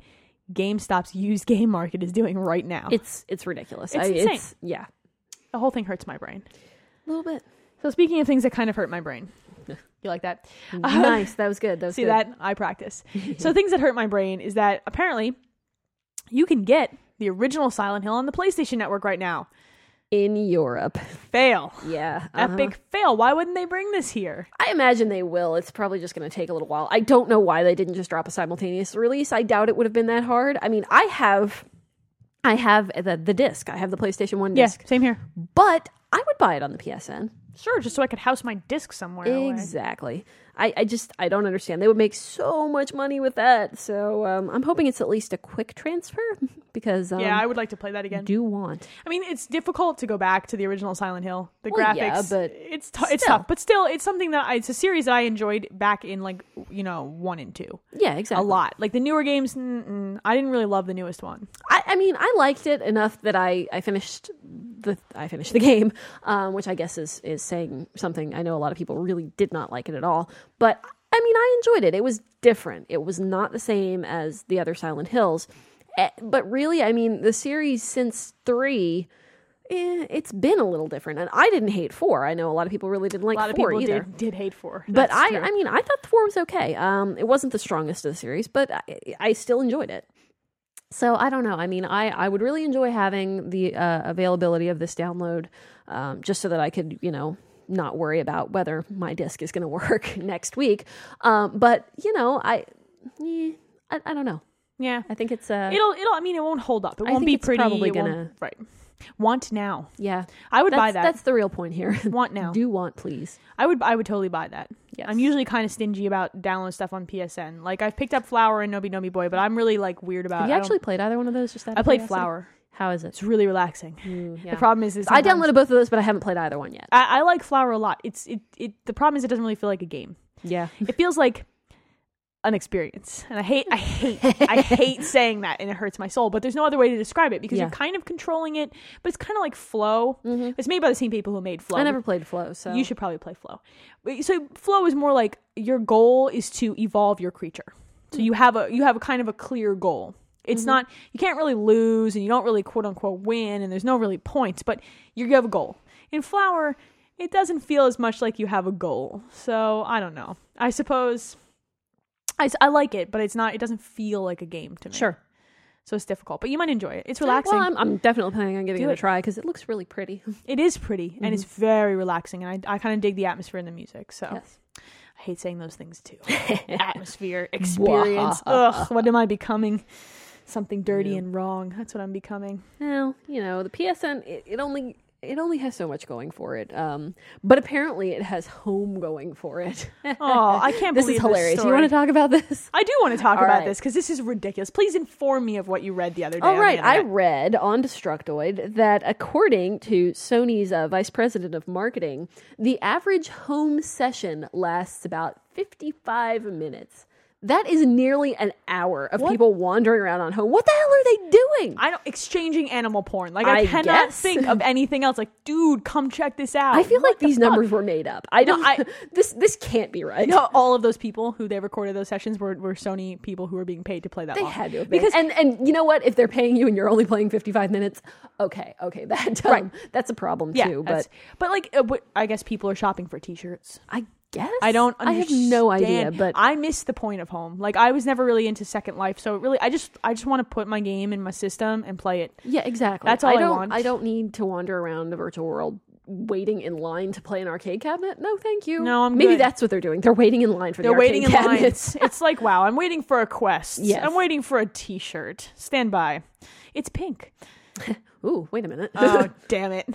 S1: GameStop's used game market is doing right now.
S2: it's it's ridiculous.
S1: It's
S2: I,
S1: insane.
S2: it's yeah,
S1: the whole thing hurts my brain.
S2: a little bit.
S1: So speaking of things that kind of hurt my brain, you like that? Uh,
S2: nice. That was good. That was
S1: See
S2: good.
S1: that? I practice. so things that hurt my brain is that apparently you can get the original Silent Hill on the PlayStation Network right now.
S2: in Europe.
S1: Fail.
S2: Yeah, uh-huh.
S1: Epic fail. Why wouldn't they bring this here?
S2: I imagine they will. It's probably just going to take a little while. I don't know why they didn't just drop a simultaneous release. I doubt it would have been that hard. I mean, I have, I have the the disc. I have the PlayStation One
S1: Yeah,
S2: disc,
S1: same here.
S2: but I would buy it on the PSN.
S1: Sure, just so I could house my disc somewhere. away.
S2: Exactly. I, I just I don't understand. They would make so much money with that. So um, I'm hoping it's at least a quick transfer because um,
S1: Yeah, I would like to play that again.
S2: do want.
S1: I mean, it's difficult to go back to the original Silent Hill. The
S2: Well,
S1: graphics,
S2: yeah, but
S1: it's t- it's
S2: still.
S1: tough, but still, it's something that I, it's a series that I enjoyed back in like you know one and two
S2: Yeah, exactly.
S1: a lot. Like the newer games, mm-mm, I didn't really love the newest one.
S2: I, I mean, I liked it enough that I, I finished the I finished the game, um, which I guess is is saying something. I know a lot of people really did not like it at all, but I mean, I enjoyed it. It was different. It was not the same as the other Silent Hills, Eh, but really, I mean, the series since three. eh, It's been a little different, and I didn't hate four. I know a lot of people really didn't like
S1: A lot of
S2: four
S1: people
S2: either.
S1: did did hate four,
S2: But
S1: That's
S2: I,
S1: true.
S2: I mean, I thought four was okay. Um, it wasn't the strongest of the series, but I, I still enjoyed it. So I don't know. I mean, I, I would really enjoy having the uh, availability of this download, um, just so that I could, you know, not worry about whether my disc is going to work next week. Um, but you know, I, eh, I, I don't know.
S1: yeah,
S2: I think it's uh,
S1: it'll it'll. I mean, it won't hold up. It
S2: I
S1: won't
S2: think
S1: be
S2: it's
S1: pretty.
S2: probably
S1: it won't-
S2: gonna-
S1: right. Want now?
S2: yeah.
S1: I would
S2: That's,
S1: buy that.
S2: That's the real point here.
S1: want now.
S2: Do want please?
S1: I would I would totally buy that.
S2: Yes.
S1: I'm usually kind of stingy about download stuff on PSN. Like I've picked up Flower and Nobi Nobi Boy, but I'm really like weird about.
S2: Have you
S1: I don't-
S2: actually played either one of those? Just that
S1: I played
S2: curiosity?
S1: Flower.
S2: How is it?
S1: It's really relaxing.
S2: yeah.
S1: The problem is, is
S2: I
S1: sometimes-
S2: downloaded both of those, but I haven't played either one yet.
S1: I, I like Flower a lot. It's it, it. The problem is, it doesn't really feel like a game.
S2: Yeah.
S1: It feels like an experience, and I hate, I hate, I hate saying that, and it hurts my soul. But there's no other way to describe it because
S2: Yeah.
S1: you're kind of controlling it, but it's kind of like Flow. It's made by the same people who made Flow.
S2: Mm-hmm. I never played Flow, so
S1: You should probably play Flow. But- So Flow is more like your goal is to evolve your creature. So you have a you have a kind of a clear goal.
S2: Mm-hmm.
S1: It's not you can't really lose and you don't really quote unquote win and there's no really points, but you you have a goal. In Flower, it doesn't feel as much like you have a goal. So I don't know. I suppose I, s- I like it, but it's not. It doesn't feel like a game to me.
S2: sure.
S1: So it's difficult, but you might enjoy it. It's relaxing.
S2: Relaxing. Well, I'm, I'm definitely planning on giving
S1: Do
S2: it
S1: it.
S2: a
S1: Oh.
S2: try because it looks really pretty.
S1: it is pretty and it's
S2: Mm-hmm.
S1: very relaxing, and I I kind of dig the atmosphere and the music. So.
S2: Yes.
S1: I hate saying those things too. Atmosphere, experience. Ugh, what am I becoming? Something dirty and wrong. That's what I'm becoming.
S2: Well, you know, the PSN it, it only it only has so much going for it. Um, but apparently, it has home going for it.
S1: Oh, I can't
S2: this
S1: believe
S2: is hilarious.
S1: This
S2: you want to talk about this?
S1: I do want to talk
S2: All
S1: about
S2: right.
S1: this because this is ridiculous. Please inform me of what you read the other day.
S2: All right, I
S1: I
S2: read on Destructoid that according to Sony's uh, vice president of marketing, the average home session lasts about 55 minutes. That is nearly an hour of
S1: What?
S2: people wandering around on home. What the hell are they doing?
S1: I don't exchanging animal porn. Like I,
S2: I
S1: cannot
S2: guess.
S1: think of anything else. Like, dude, come check this out.
S2: I feel
S1: What
S2: like
S1: the
S2: these
S1: fuck?
S2: numbers were made up. I don't.
S1: I-
S2: this this can't be right.
S1: You know, all of those people who they recorded those sessions were, were Sony people who were being paid to play that.
S2: They
S1: long.
S2: had to have been.
S1: because
S2: and and you know what? If they're paying you and you're only playing 55 minutes, okay, okay, that um,
S1: Right.
S2: that's a problem
S1: yeah,
S2: too.
S1: that's-
S2: But
S1: but like uh, but I guess people are shopping for T-shirts.
S2: I guess
S1: I don't.
S2: I have
S1: Understand.
S2: no idea. But
S1: I missed the point of home. Like I was never really into Second Life, so it really, I just I just want to put my game in my system and play it.
S2: yeah, exactly.
S1: That's all I
S2: I don't.
S1: want.
S2: don't need to wander around the virtual world waiting in line to play an arcade cabinet. No, thank you.
S1: No, I'm
S2: maybe
S1: good.
S2: that's what they're doing. They're waiting in line for.
S1: They're
S2: the
S1: waiting in
S2: arcade
S1: line.
S2: cabinets.
S1: It's, it's like wow, I'm waiting for a quest.
S2: Yes.
S1: I'm waiting for a T-shirt. Stand by. It's pink.
S2: Ooh, wait a minute.
S1: Oh damn it!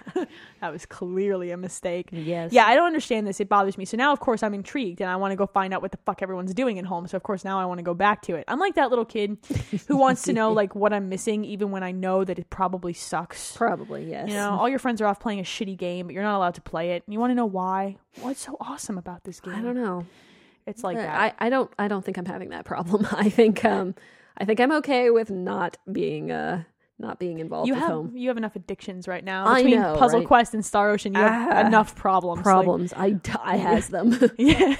S1: that was clearly a mistake.
S2: Yes.
S1: Yeah, I don't understand this. It bothers me. So now, of course, I'm intrigued and I want to go find out what the fuck everyone's doing in home. So of course, now I want to go back to it. I'm like that little kid who wants to know like what I'm missing, even when I know that it probably sucks.
S2: Probably yes.
S1: You know, all your friends are off playing a shitty game, but you're not allowed to play it. And you want to know why? What's so awesome about this game?
S2: I don't know. Uh,
S1: It's like that.
S2: I, I don't I don't think I'm having that problem. I think um I think I'm okay with not being uh not being involved
S1: you
S2: with
S1: have
S2: home
S1: you have enough addictions right now
S2: I
S1: between
S2: know,
S1: Puzzle
S2: right?
S1: Quest and Star Ocean. You have
S2: Ah,
S1: enough problems. Like,
S2: problems. I d- I has them.
S1: yeah,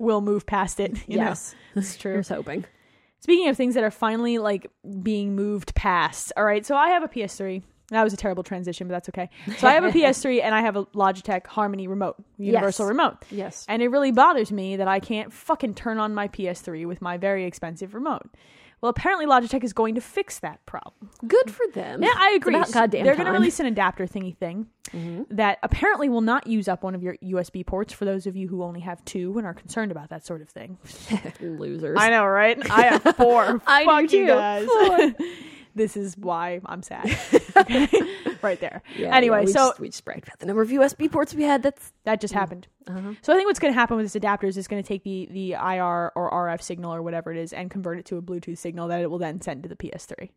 S1: we'll move past it. You know?
S2: yes,
S1: It's true.
S2: here's hoping.
S1: Speaking of things that are finally like being moved past. All right, so I have a PS3. That was a terrible transition, but that's okay. So I have a PS3 and I have a Logitech Harmony remote, universal
S2: Yes.
S1: remote.
S2: Yes,
S1: And it really bothers me that I can't fucking turn on my PS3 with my very expensive remote. Well, apparently Logitech is going to fix that problem.
S2: good for them.
S1: Yeah, I agree.
S2: It's about goddamn
S1: They're going to
S2: time.
S1: release an adapter thingy thing that apparently will not use up one of your USB ports for those of you who only have two and are concerned about that sort of thing.
S2: losers.
S1: I know, right? I have four.
S2: I
S1: Fuck
S2: do
S1: you
S2: too.
S1: guys. this is why I'm sad. Okay? right there.
S2: Yeah,
S1: anyway,
S2: yeah, we
S1: so
S2: just, we just bragged about the number of USB ports we had. That's
S1: that just happened.
S2: uh-huh.
S1: So I think what's going to happen with this adapter is it's going to take the the IR or RF signal or whatever it is and convert it to a Bluetooth signal that it will then send to the PS3.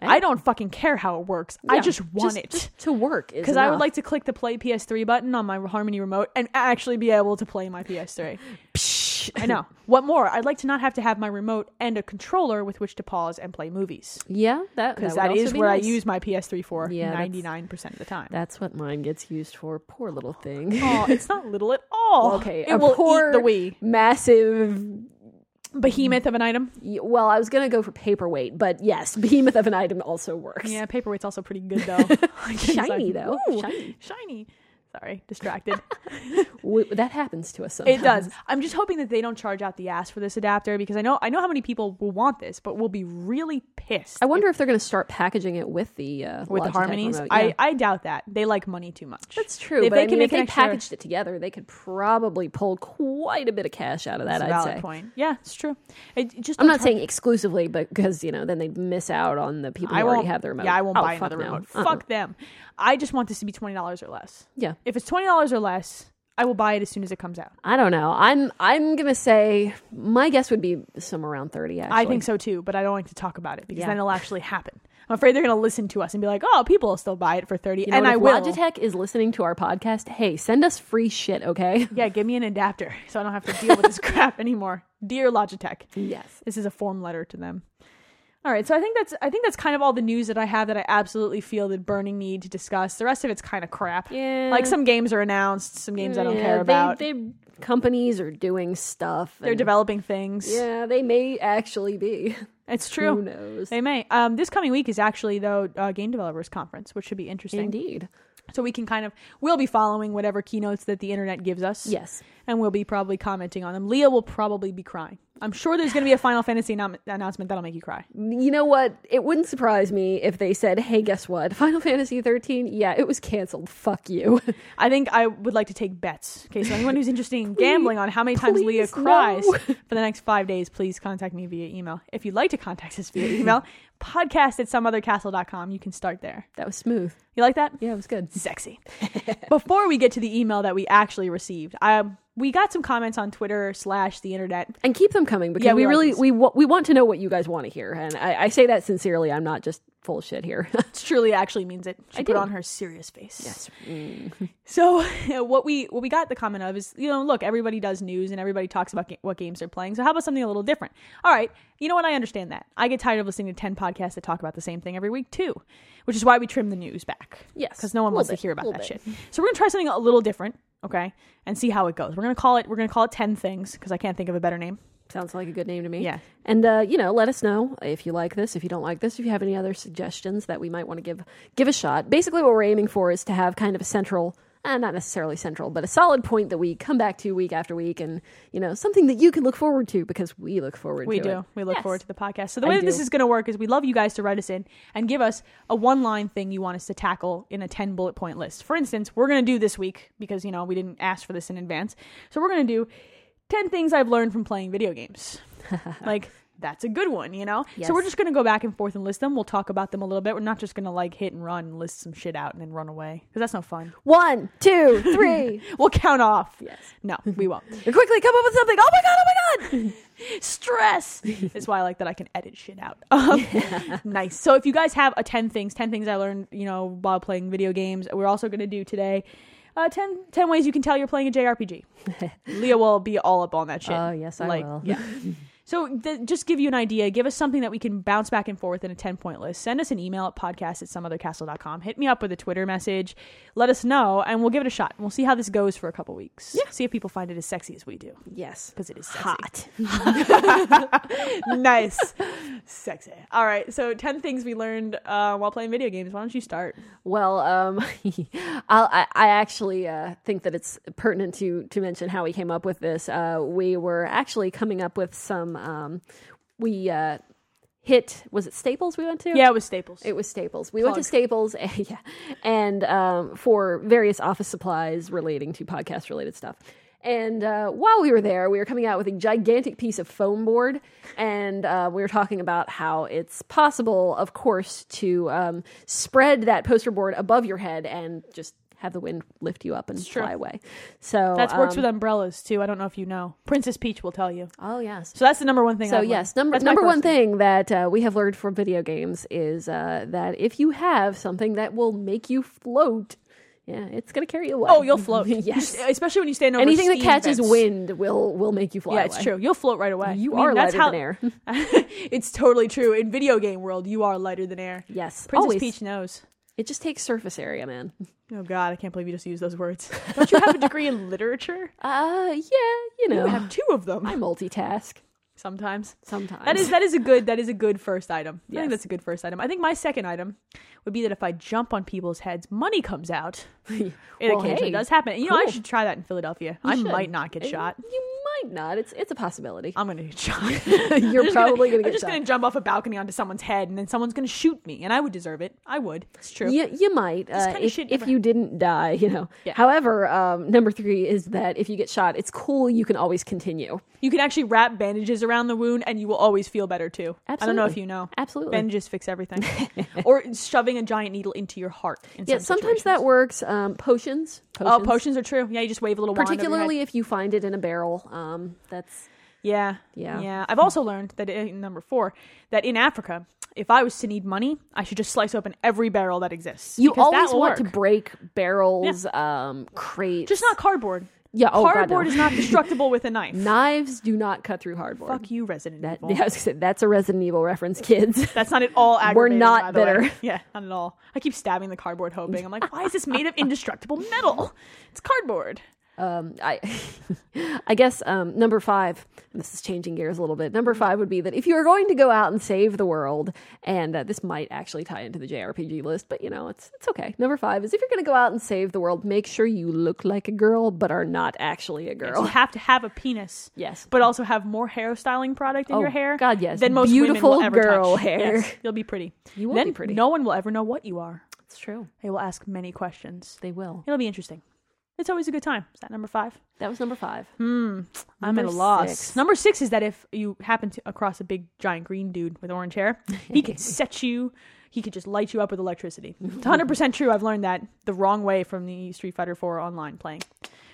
S1: I don't fucking care how it works. I
S2: yeah,
S1: just want it.
S2: just to work is
S1: because I would
S2: enough.
S1: like to click the play PS3 button on my Harmony remote and actually be able to play my PS3.
S2: Psh.
S1: I know. What more? I'd like to not have to have my remote and a controller with which to pause and play movies.
S2: Yeah, that
S1: Because
S2: that
S1: that
S2: would
S1: is
S2: also be
S1: what
S2: nice.
S1: I use my PS3 for
S2: Yeah, that's-
S1: 99% of the time.
S2: That's what mine gets used for. Poor little thing.
S1: oh, it's not little at all.
S2: Okay,
S1: it
S2: a
S1: will
S2: poor-
S1: eat the Wii.
S2: Massive
S1: Behemoth of an item.
S2: Y- Well, I was gonna go for paperweight, but yes, behemoth of an item also works.
S1: Yeah, paperweight's also pretty good though. It's like,
S2: Shiny, though.
S1: "Ooh,
S2: Shiny."
S1: shiny. Sorry, distracted.
S2: W- that happens to us sometimes.
S1: It does. I'm just hoping that they don't charge out the ass for this adapter because I know I know how many people will want this, but will be really pissed
S2: I wonder if they're gonna start packaging it with the uh,
S1: with the
S2: Logitech
S1: harmonies.
S2: remote. Yeah.
S1: I, I doubt that they like money too much.
S2: that's true.
S1: If
S2: but
S1: they
S2: I
S1: can
S2: mean,
S1: make
S2: if they
S1: an extra-
S2: packaged it together, they could probably pull quite a bit of cash out of that.
S1: That's a
S2: I'd
S1: valid
S2: say.
S1: point. Yeah, it's true. It, it just
S2: I'm
S1: don't
S2: not saying exclusively, but because you know, then they'd miss out on the people who
S1: I won't
S2: already have their remote.
S1: Yeah, I won't
S2: Oh,
S1: buy
S2: fuck
S1: another
S2: no.
S1: remote.
S2: Uh-uh.
S1: Fuck them. I just want this to be twenty dollars or less.
S2: Yeah,
S1: If it's twenty dollars or less, I will buy it as soon as it comes out.
S2: I don't know. I'm I'm gonna say my guess would be somewhere around thirty. Actually,
S1: I think so too, but I don't like to talk about it because
S2: Yeah.
S1: then it'll actually happen. I'm afraid they're going to listen to us and be like, "Oh, people will still buy it for 30."
S2: You know
S1: and
S2: what?
S1: I
S2: If
S1: will.
S2: Logitech is listening to our podcast. Hey, send us free shit, okay?
S1: yeah, give me an adapter so I don't have to deal with this crap anymore. Dear Logitech.
S2: Yes.
S1: This is a form letter to them. All right, so I think that's I think that's kind of all the news that I have that I absolutely feel the burning need to discuss. The rest of it's kind of crap.
S2: Yeah.
S1: Like some games are announced, some games I don't care about. They,
S2: They, they companies are doing stuff.
S1: are
S2: and-
S1: developing things.
S2: Yeah, they may actually be.
S1: It's
S2: Who
S1: true.
S2: knows?
S1: They may. Um, this coming week is actually though uh, game developers conference, which should be interesting.
S2: Indeed.
S1: So we can kind of we'll be following whatever keynotes that the internet gives us.
S2: Yes.
S1: And we'll be probably commenting on them. Leah will probably be crying. I'm sure there's going to be a Final Fantasy annou- announcement that'll make you cry.
S2: You know what? It wouldn't surprise me if they said, "Hey, guess what? Final Fantasy 13? Yeah, it was canceled. Fuck you."
S1: I think I would like to take bets. Okay, so anyone who's interested in gambling on how many times Leah
S2: please, no.
S1: cries for the next five days, please contact me via email. If you'd like to contact us via email, podcast at someothercastle.com. You can start there.
S2: that was smooth.
S1: You like that?
S2: Yeah, it was good.
S1: Sexy. Before we get to the email that we actually received, um, we got some comments on Twitter slash the internet.
S2: And keep them coming because
S1: Yeah, we
S2: we,
S1: like
S2: really
S1: these.
S2: we wa- we want to know what you guys want to hear, and I, I say that sincerely. I'm not just full of shit here.
S1: It's truly actually means it. She
S2: I
S1: put
S2: do.
S1: on her serious face.
S2: Mm-hmm.
S1: So what we what we got the comment of is you know look everybody does news and everybody talks about ga- what games they're playing so how about something a little different all right you know what I understand that I get tired of listening to ten podcasts that talk about the same thing every week too which is why we trim the news back
S2: Yes.
S1: because no one
S2: Little
S1: wants
S2: bit,
S1: to hear about
S2: little
S1: that
S2: bit.
S1: shit so we're gonna try something a little different okay and see how it goes we're gonna call it we're gonna call it ten things because I can't think of a better name
S2: Sounds like a good name to me.
S1: Yeah.
S2: And uh, you know, let us know if you like this, if you don't like this, if you have any other suggestions that we might want to give give a shot. Basically, what we're aiming for is to have kind of a central, uh, not necessarily central, but a solid point that we come back to week after week, and you know, something that you can look forward to because we look forward
S1: we
S2: to
S1: do
S2: it.
S1: we look
S2: Yes.
S1: forward to the podcast so the
S2: I
S1: way that this
S2: do.
S1: is gonna work is we love you guys to write us in and give us a one line thing you want us to tackle in a ten bullet point list for instance we're gonna do this week because you know we didn't ask for this in advance so we're gonna do ten things I've learned from playing video games like. That's a good one, you know?
S2: Yes.
S1: So we're just going to go back and forth and list them. We'll talk about them a little bit. We're not just going to like hit and run and list some shit out and then run away because that's no fun.
S2: One, two, three.
S1: We'll count off.
S2: Yes.
S1: No, we won't.
S2: Quickly, come up with something. Oh my god! Oh my god!
S1: stress. That's why I like that I can edit shit out. Um, Nice. So if you guys have a ten things, ten things I learned, you know, while playing video games, we're also going to do today. Uh, 10, 10 ways you can tell you're playing a JRPG. Leah will be all up on that shit.
S2: Oh, yes, I will.
S1: Yeah. So th- just give you an idea. Give us something that we can bounce back and forth in a 10 point list. Send us an email at podcast at someothercastle.com. Hit me up with a Twitter message. Let us know, and we'll give it a shot. We'll see how this goes for a couple weeks. Yeah. See if people find it as sexy as we do,
S2: Yes.
S1: because it is sexy
S2: Hot.
S1: nice. Sexy. All right. So, 10 things we learned uh, while playing video games. Why don't you start?
S2: Well, um, I'll, I, I actually uh, think that it's pertinent to to mention how we came up with this. Uh, we were actually coming up with some. Um, we uh, hit was it Staples we went to?
S1: Yeah, it was Staples.
S2: It was Staples. We went to Staples, and, yeah, and um, for various office supplies relating to podcast related stuff. And uh, while we were there, we were coming out with a gigantic piece of foam board, and uh, we were talking about how it's possible, of course, to um, spread that poster board above your head and just have the wind lift you up and
S1: true.
S2: fly away. So
S1: that works
S2: um,
S1: with umbrellas, too. I don't know if you know. Princess Peach will tell you.
S2: Oh yes.
S1: So, that's the number one thing.
S2: So
S1: I've learned.
S2: yes, number
S1: That's my
S2: number one
S1: first
S2: thing that uh, we have learned from video games is uh, that if you have something that will make you float, yeah, it's gonna carry you away.
S1: Oh, you'll float.
S2: yes.
S1: Especially when you stand over
S2: Anything that
S1: steam
S2: catches
S1: vents.
S2: wind will will make you fly.
S1: Yeah, it's
S2: away.
S1: true. You'll float right away.
S2: You
S1: I mean,
S2: are
S1: that's
S2: lighter
S1: how,
S2: than air.
S1: it's totally true. In video game world, you are lighter than air.
S2: Yes,
S1: Princess
S2: always.
S1: Peach knows.
S2: It just takes surface area, man.
S1: Oh, God. I can't believe you just used those words. Don't you have a degree in literature?
S2: Uh, yeah, you
S1: You
S2: know,
S1: have two of them.
S2: I multitask
S1: Sometimes.
S2: sometimes.
S1: That is that is a good that is a good first item. I think
S2: Yes.
S1: that's a good first item. I think my second item would be that if I jump on people's heads, money comes out. It
S2: Well,
S1: occasionally
S2: hey,
S1: does happen. You know, I
S2: cool.
S1: should try that in Philadelphia. I
S2: should.
S1: might not get shot.
S2: You might not. It's it's a possibility.
S1: I'm gonna get shot.
S2: You're probably gonna,
S1: Um, I'm
S2: get
S1: just
S2: shot.
S1: gonna jump off a balcony onto someone's head, and then someone's gonna shoot me, and I would deserve it. I would. It's true.
S2: You, you might uh,
S1: kinda
S2: if,
S1: shit
S2: if
S1: never
S2: you didn't die, you know.
S1: Yeah.
S2: However, um, number three is that if you get shot, it's cool. You can always continue.
S1: You can actually wrap bandages around the wound, and you will always feel better too. I don't know if
S2: Absolutely.
S1: you know.
S2: Absolutely.
S1: Bandages fix everything, or shoving a giant needle into your heart. In
S2: yeah,
S1: some
S2: sometimes
S1: situations.
S2: that works. Um, potions, potions.
S1: Oh, potions are true. Yeah, you just wave a little wand. over your head.
S2: Particularly if you find it in a barrel. Um, that's
S1: Yeah.
S2: Yeah.
S1: Yeah. I've also learned that in number four, that in Africa, if I was to need money, I should just slice open every barrel that exists.
S2: you
S1: because that
S2: always
S1: will
S2: want to
S1: work.
S2: break barrels, um, crates.
S1: Just not cardboard.
S2: Yeah, oh, God,
S1: cardboard
S2: no.
S1: is not destructible with a knife.
S2: knives. Do not cut through hardboard.
S1: Fuck you, Resident
S2: That,
S1: Evil.
S2: yeah, I was gonna say, that's a Resident Evil reference, kids.
S1: That's not at all aggravating. by
S2: not
S1: the way.
S2: bitter.
S1: Yeah, not at all. I keep stabbing the cardboard, hoping I'm like, why is this made of indestructible metal? It's cardboard.
S2: Um, I, I guess um, number five. and This is changing gears a little bit. Number five would be that if you are going to go out and save the world, and uh, this might actually tie into the JRPG list, but you know it's it's okay. Number five is if you're going to go out and save the world, make sure you look like a girl but are not actually a
S1: You
S2: girl.
S1: have to have a penis.
S2: Yes.
S1: But also have more hairstyling product in
S2: Oh,
S1: your hair.
S2: God, yes.
S1: Than most
S2: Beautiful
S1: women will ever
S2: girl
S1: touch.
S2: hair.
S1: Yes, you'll be pretty.
S2: You will
S1: then
S2: be pretty.
S1: No one will ever know what you are.
S2: It's true.
S1: They will ask many questions.
S2: They will.
S1: It'll be interesting. It's always a good time. Is that number five?
S2: That was number five.
S1: I'm at a
S2: Number
S1: loss.
S2: six.
S1: Number six is that if you happen to across a big giant green dude with orange hair, he could set you. He could just light you up with electricity. It's 100 percent true. I've learned that the wrong way from the Street Fighter 4 online playing.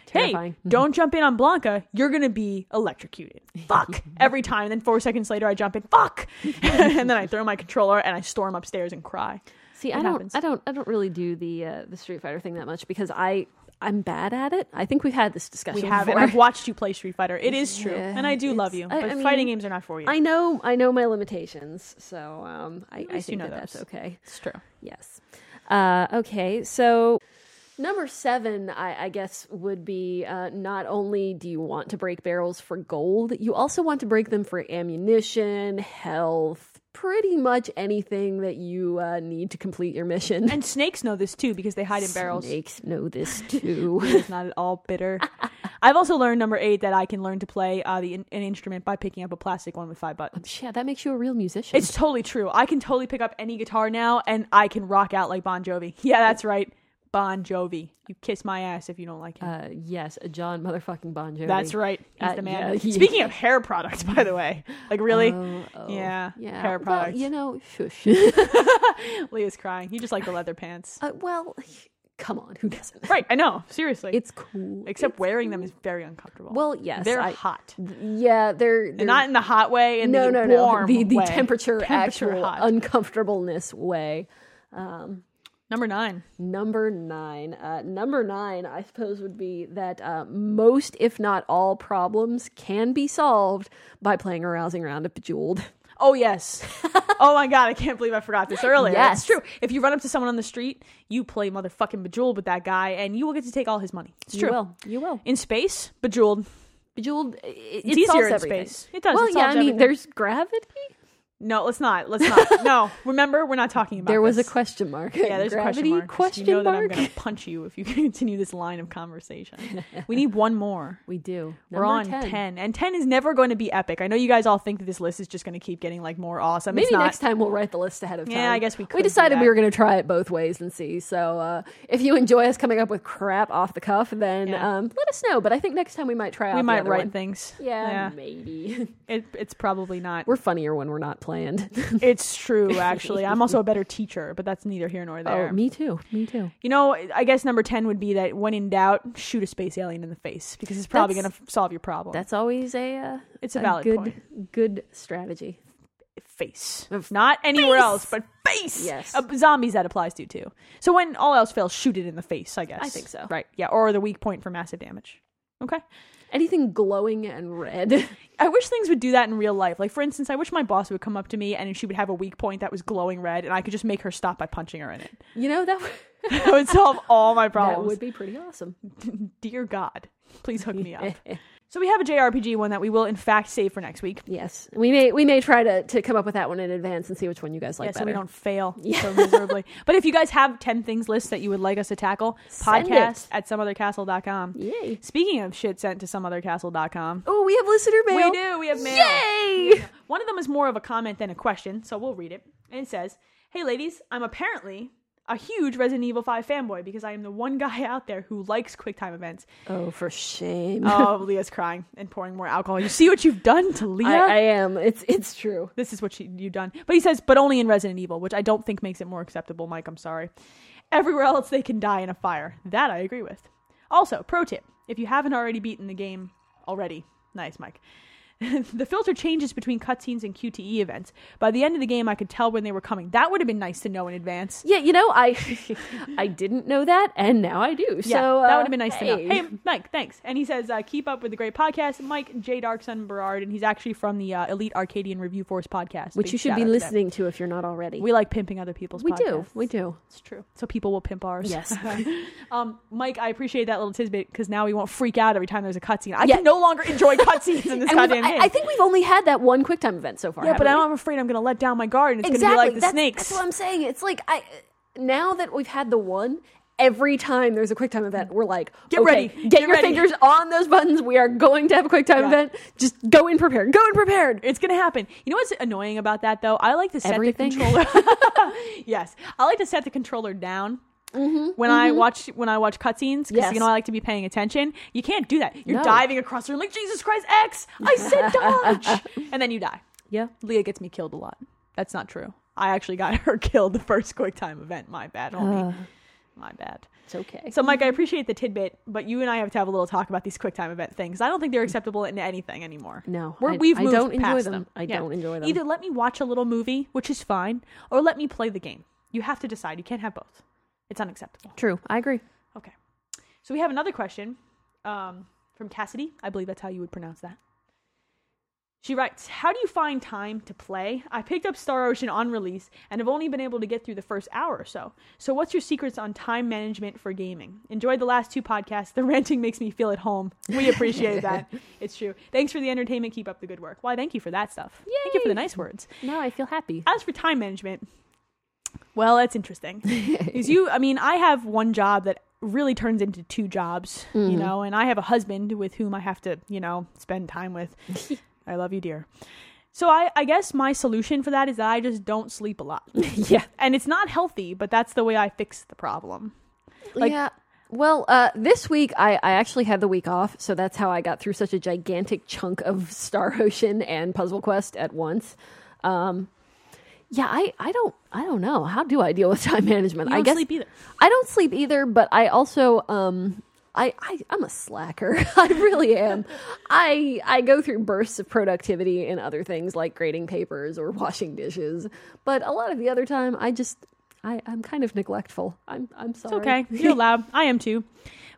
S2: Terrifying.
S1: Hey, don't jump in on Blanca. You're gonna be electrocuted. Fuck every time. And then four seconds later, I jump in. Fuck, and then I throw my controller and I storm upstairs and cry.
S2: See,
S1: It
S2: I don't,
S1: happens.
S2: I don't, I don't really do the uh, the Street Fighter thing that much because I, I'm bad at it. I think we've had
S1: We
S2: this discussion.
S1: have it.
S2: before.
S1: I've watched you play Street Fighter. It is true,
S2: Yeah,
S1: and I do love
S2: it's-
S1: you.
S2: I-
S1: But
S2: I mean,
S1: fighting games are not for you.
S2: I know, I know my limitations, so um, I, I
S1: least you
S2: think
S1: know
S2: that that's
S1: those.
S2: okay.
S1: it's true.
S2: Yes. Uh, okay, so number seven, I, I guess, would be uh, not only do you want to break barrels for gold, you also want to break them for ammunition, health, pretty much anything that you uh, need to complete your mission.
S1: And snakes know this too because they hide in barrels.
S2: Snakes know this too.
S1: It's not at all bitter. I've also learned number eight that I can learn to play uh, the, an instrument by picking up a plastic one with five buttons.
S2: Yeah, Um, that makes you a real musician.
S1: It's totally true. I can totally pick up any guitar now, and I can rock out like Bon Jovi. Yeah, that's right, Bon Jovi. You kiss my ass if you don't like him.
S2: uh, yes, a John motherfucking Bon Jovi.
S1: that's right. He's
S2: uh,
S1: the man.
S2: yeah, he-
S1: Speaking of hair products, by the way, like really,
S2: Oh, oh.
S1: yeah,
S2: yeah.
S1: hair
S2: Well,
S1: products.
S2: you know, shush.
S1: Leah's crying. You just like the leather pants,
S2: uh, well, come on, who doesn't?
S1: right? I know. Seriously,
S2: It's cool.
S1: except wearing them is very uncomfortable.
S2: well, yes,
S1: they're
S2: I-
S1: hot.
S2: Yeah, they're, they're
S1: And not in the hot way, in
S2: no,
S1: the
S2: no,
S1: warm
S2: no. The the
S1: way.
S2: temperature, actual
S1: hot.
S2: uncomfortableness way.
S1: Number nine.
S2: Number nine. Uh, number nine, I suppose, would be that uh, most, if not all, problems can be solved by playing a rousing round of Bejeweled.
S1: Oh yes. oh my god, I can't believe I forgot this earlier. That's
S2: Yes.
S1: true. If you run up to someone on the street, you play motherfucking bejeweled with that guy, and you will get to take all his money. It's true.
S2: You will. You will.
S1: In space, bejeweled.
S2: Bejeweled. It, it
S1: It's easier
S2: solves
S1: in
S2: everything.
S1: space. It does.
S2: Well,
S1: It
S2: yeah.
S1: solves
S2: I mean,
S1: everything.
S2: there's gravity.
S1: No, let's not. Let's not. no. Remember, we're not talking about
S2: There was a
S1: this.
S2: question mark.
S1: Yeah, there's
S2: gravity
S1: a question mark. 'cause
S2: Question
S1: you know
S2: mark.
S1: that I'm gonna punch you if you continue this line of conversation. we need one more.
S2: We do.
S1: We're on
S2: Number
S1: 10. and 10 is never going to be epic. I know you guys all think that this list is just going to keep getting like more awesome.
S2: Maybe
S1: it's not.
S2: next time we'll write the list ahead of time.
S1: Yeah, I guess we could
S2: We
S1: do
S2: decided
S1: that.
S2: we were going to try it both ways and see. So uh, if you enjoy us coming up with crap off the cuff, then
S1: Yeah.
S2: um, let us know. But I think next time we might try. out
S1: we
S2: the
S1: might
S2: other
S1: write
S2: one.
S1: things.
S2: Yeah, maybe.
S1: It, it's probably not.
S2: we're funnier when we're not planned.
S1: It's true, actually. I'm also a better teacher, but that's neither here nor there.
S2: oh, me too. Me too.
S1: you know, I guess number 10 would be that when in doubt, shoot a space alien in the face because it's probably going
S2: That's-
S1: to solve your problem.
S2: That's always a. Uh,
S1: It's a valid
S2: good,
S1: point.
S2: good strategy.
S1: face.
S2: Of-
S1: Not anywhere else, but face.
S2: Yes.
S1: Uh, zombies that applies to too. So when all else fails, shoot it in the face, I guess.
S2: I think so.
S1: Right. Yeah, or the weak point for massive damage. Okay.
S2: Anything glowing and red.
S1: I wish things would do that in real life. Like for instance, I wish my boss would come up to me and she would have a weak point that was glowing red and I could just make her stop by punching her in it.
S2: you know that.
S1: That would solve all my
S2: That
S1: problems.
S2: would be pretty awesome.
S1: dear God, please hook me up. so we have a JRPG one that we will in fact save for next week.
S2: Yes, we may we may try to, to come up with that one in advance and see which one you guys like
S1: Yeah,
S2: better.
S1: so we don't fail so miserably. but if you guys have 10 things lists that you would like us to tackle,
S2: Send
S1: podcast
S2: it.
S1: at someothercastle.com.
S2: Yay.
S1: Speaking of shit sent to someothercastle.com,
S2: Oh, we have listener
S1: we
S2: mail.
S1: do, we have mail.
S2: Yay!
S1: One of them is more of a comment than a question, so we'll read it. And it says, Hey ladies, I'm apparently a huge Resident Evil 5 fanboy because I am the one guy out there who likes QuickTime events.
S2: Oh, for shame.
S1: Oh, Leah's crying and pouring more alcohol. You see what you've done to Leah?
S2: I, I am. It's it's true.
S1: this is what she, you've done. But he says, but only in Resident Evil, which I don't think makes it more acceptable, Mike. I'm sorry. Everywhere else, they can die in a fire. That I agree with. Also, pro tip if you haven't already beaten the game already, nice, Mike. the filter changes between cutscenes and QTE events. By the end of the game, I could tell when they were coming. That would have been nice to know in advance.
S2: Yeah, you know, I I didn't know that, and now I do.
S1: Yeah,
S2: so
S1: that
S2: uh,
S1: would have been nice to know.
S2: hey.
S1: Hey, Mike, thanks. And he says, uh, keep up with the great podcast. Mike J. Darkson Berard, and he's actually from the uh, Elite Arcadian Review Force podcast.
S2: which
S1: Big
S2: you should
S1: shout
S2: be
S1: out to them.
S2: listening to if you're not already.
S1: We like pimping other people's
S2: We do,
S1: podcasts.
S2: we do.
S1: It's true. So people will pimp ours.
S2: Yes.
S1: um, Mike, I appreciate that little tidbit because now we won't freak out every time there's a cutscene. I
S2: Yeah.
S1: can no longer enjoy cutscenes in this
S2: And we've-
S1: goddamn
S2: I,
S1: game.
S2: I think we've only had that one QuickTime event so far.
S1: yeah, but
S2: haven't we?
S1: now I'm afraid I'm going to let down my guard and it's going
S2: exactly.
S1: to be like the
S2: that's,
S1: snakes.
S2: That's what I'm saying. It's like I now that we've had the one. Every time there's a QuickTime event, we're like,
S1: Get
S2: okay,
S1: ready.
S2: get,
S1: Get
S2: your
S1: ready."
S2: fingers on those buttons. We are going to have a QuickTime
S1: Yeah.
S2: event. Just go in prepared. Go in prepared.
S1: It's gonna happen. You know what's annoying about that though? I like to set
S2: Everything.
S1: the controller. yes, I like to set the controller down. when I watch when I watch cutscenes, because
S2: Yes.
S1: you know I like to be paying attention. You can't do that. You're
S2: No.
S1: diving across the room like Jesus Christ X. I said dodge, and then you die.
S2: Yeah.
S1: Leah gets me killed a lot. That's not true. I actually got her killed the first quick time event. My bad, homie. My bad.
S2: It's okay.
S1: So, Mike, I appreciate the tidbit, but you and I have to have a little talk about these quick time event things. I don't think they're acceptable in anything anymore.
S2: No,
S1: We're,
S2: I-
S1: we've
S2: I
S1: moved
S2: don't enjoy
S1: past
S2: them. I don't enjoy them.
S1: Either let me watch a little movie, which is fine, or let me play the game. You have to decide. You can't have both. It's unacceptable.
S2: True. I agree.
S1: Okay. So we have another question um, from Cassidy. I believe that's how you would pronounce that. She writes, How do you find time to play? I picked up Star Ocean on release and have only been able to get through the first hour or so. So, what's your secrets on time management for gaming? Enjoyed the last two podcasts. The ranting makes me feel at home. We appreciate that. It's true. Thanks for the entertainment. Keep up the good work. Why, thank you for that stuff. Thank you for the nice words.
S2: No, I feel happy.
S1: As for time management, well, that's interesting. Because you, I mean, I have one job that really turns into two jobs, you
S2: Mm-hmm.
S1: know, and I have a husband with whom I have to, you know, spend time with. I love you, dear. So I, I guess my solution for that is that I just don't sleep a lot.
S2: yeah.
S1: and it's not healthy, but that's the way I fix the problem. Like-
S2: yeah. Well, uh, this week I, I actually had the week off, so that's how I got through such a gigantic chunk of Star Ocean and Puzzle Quest at once. Um, yeah, I, I don't I don't know how do I deal with time management.
S1: You
S2: I
S1: don't
S2: guess
S1: sleep either.
S2: I don't sleep either, but I also um I, I I'm a slacker. I really am. I I go through bursts of productivity in other things like grading papers or washing dishes, but a lot of the other time I just I, I'm kind of neglectful. I'm I'm sorry.
S1: It's okay. You're allowed. I am too.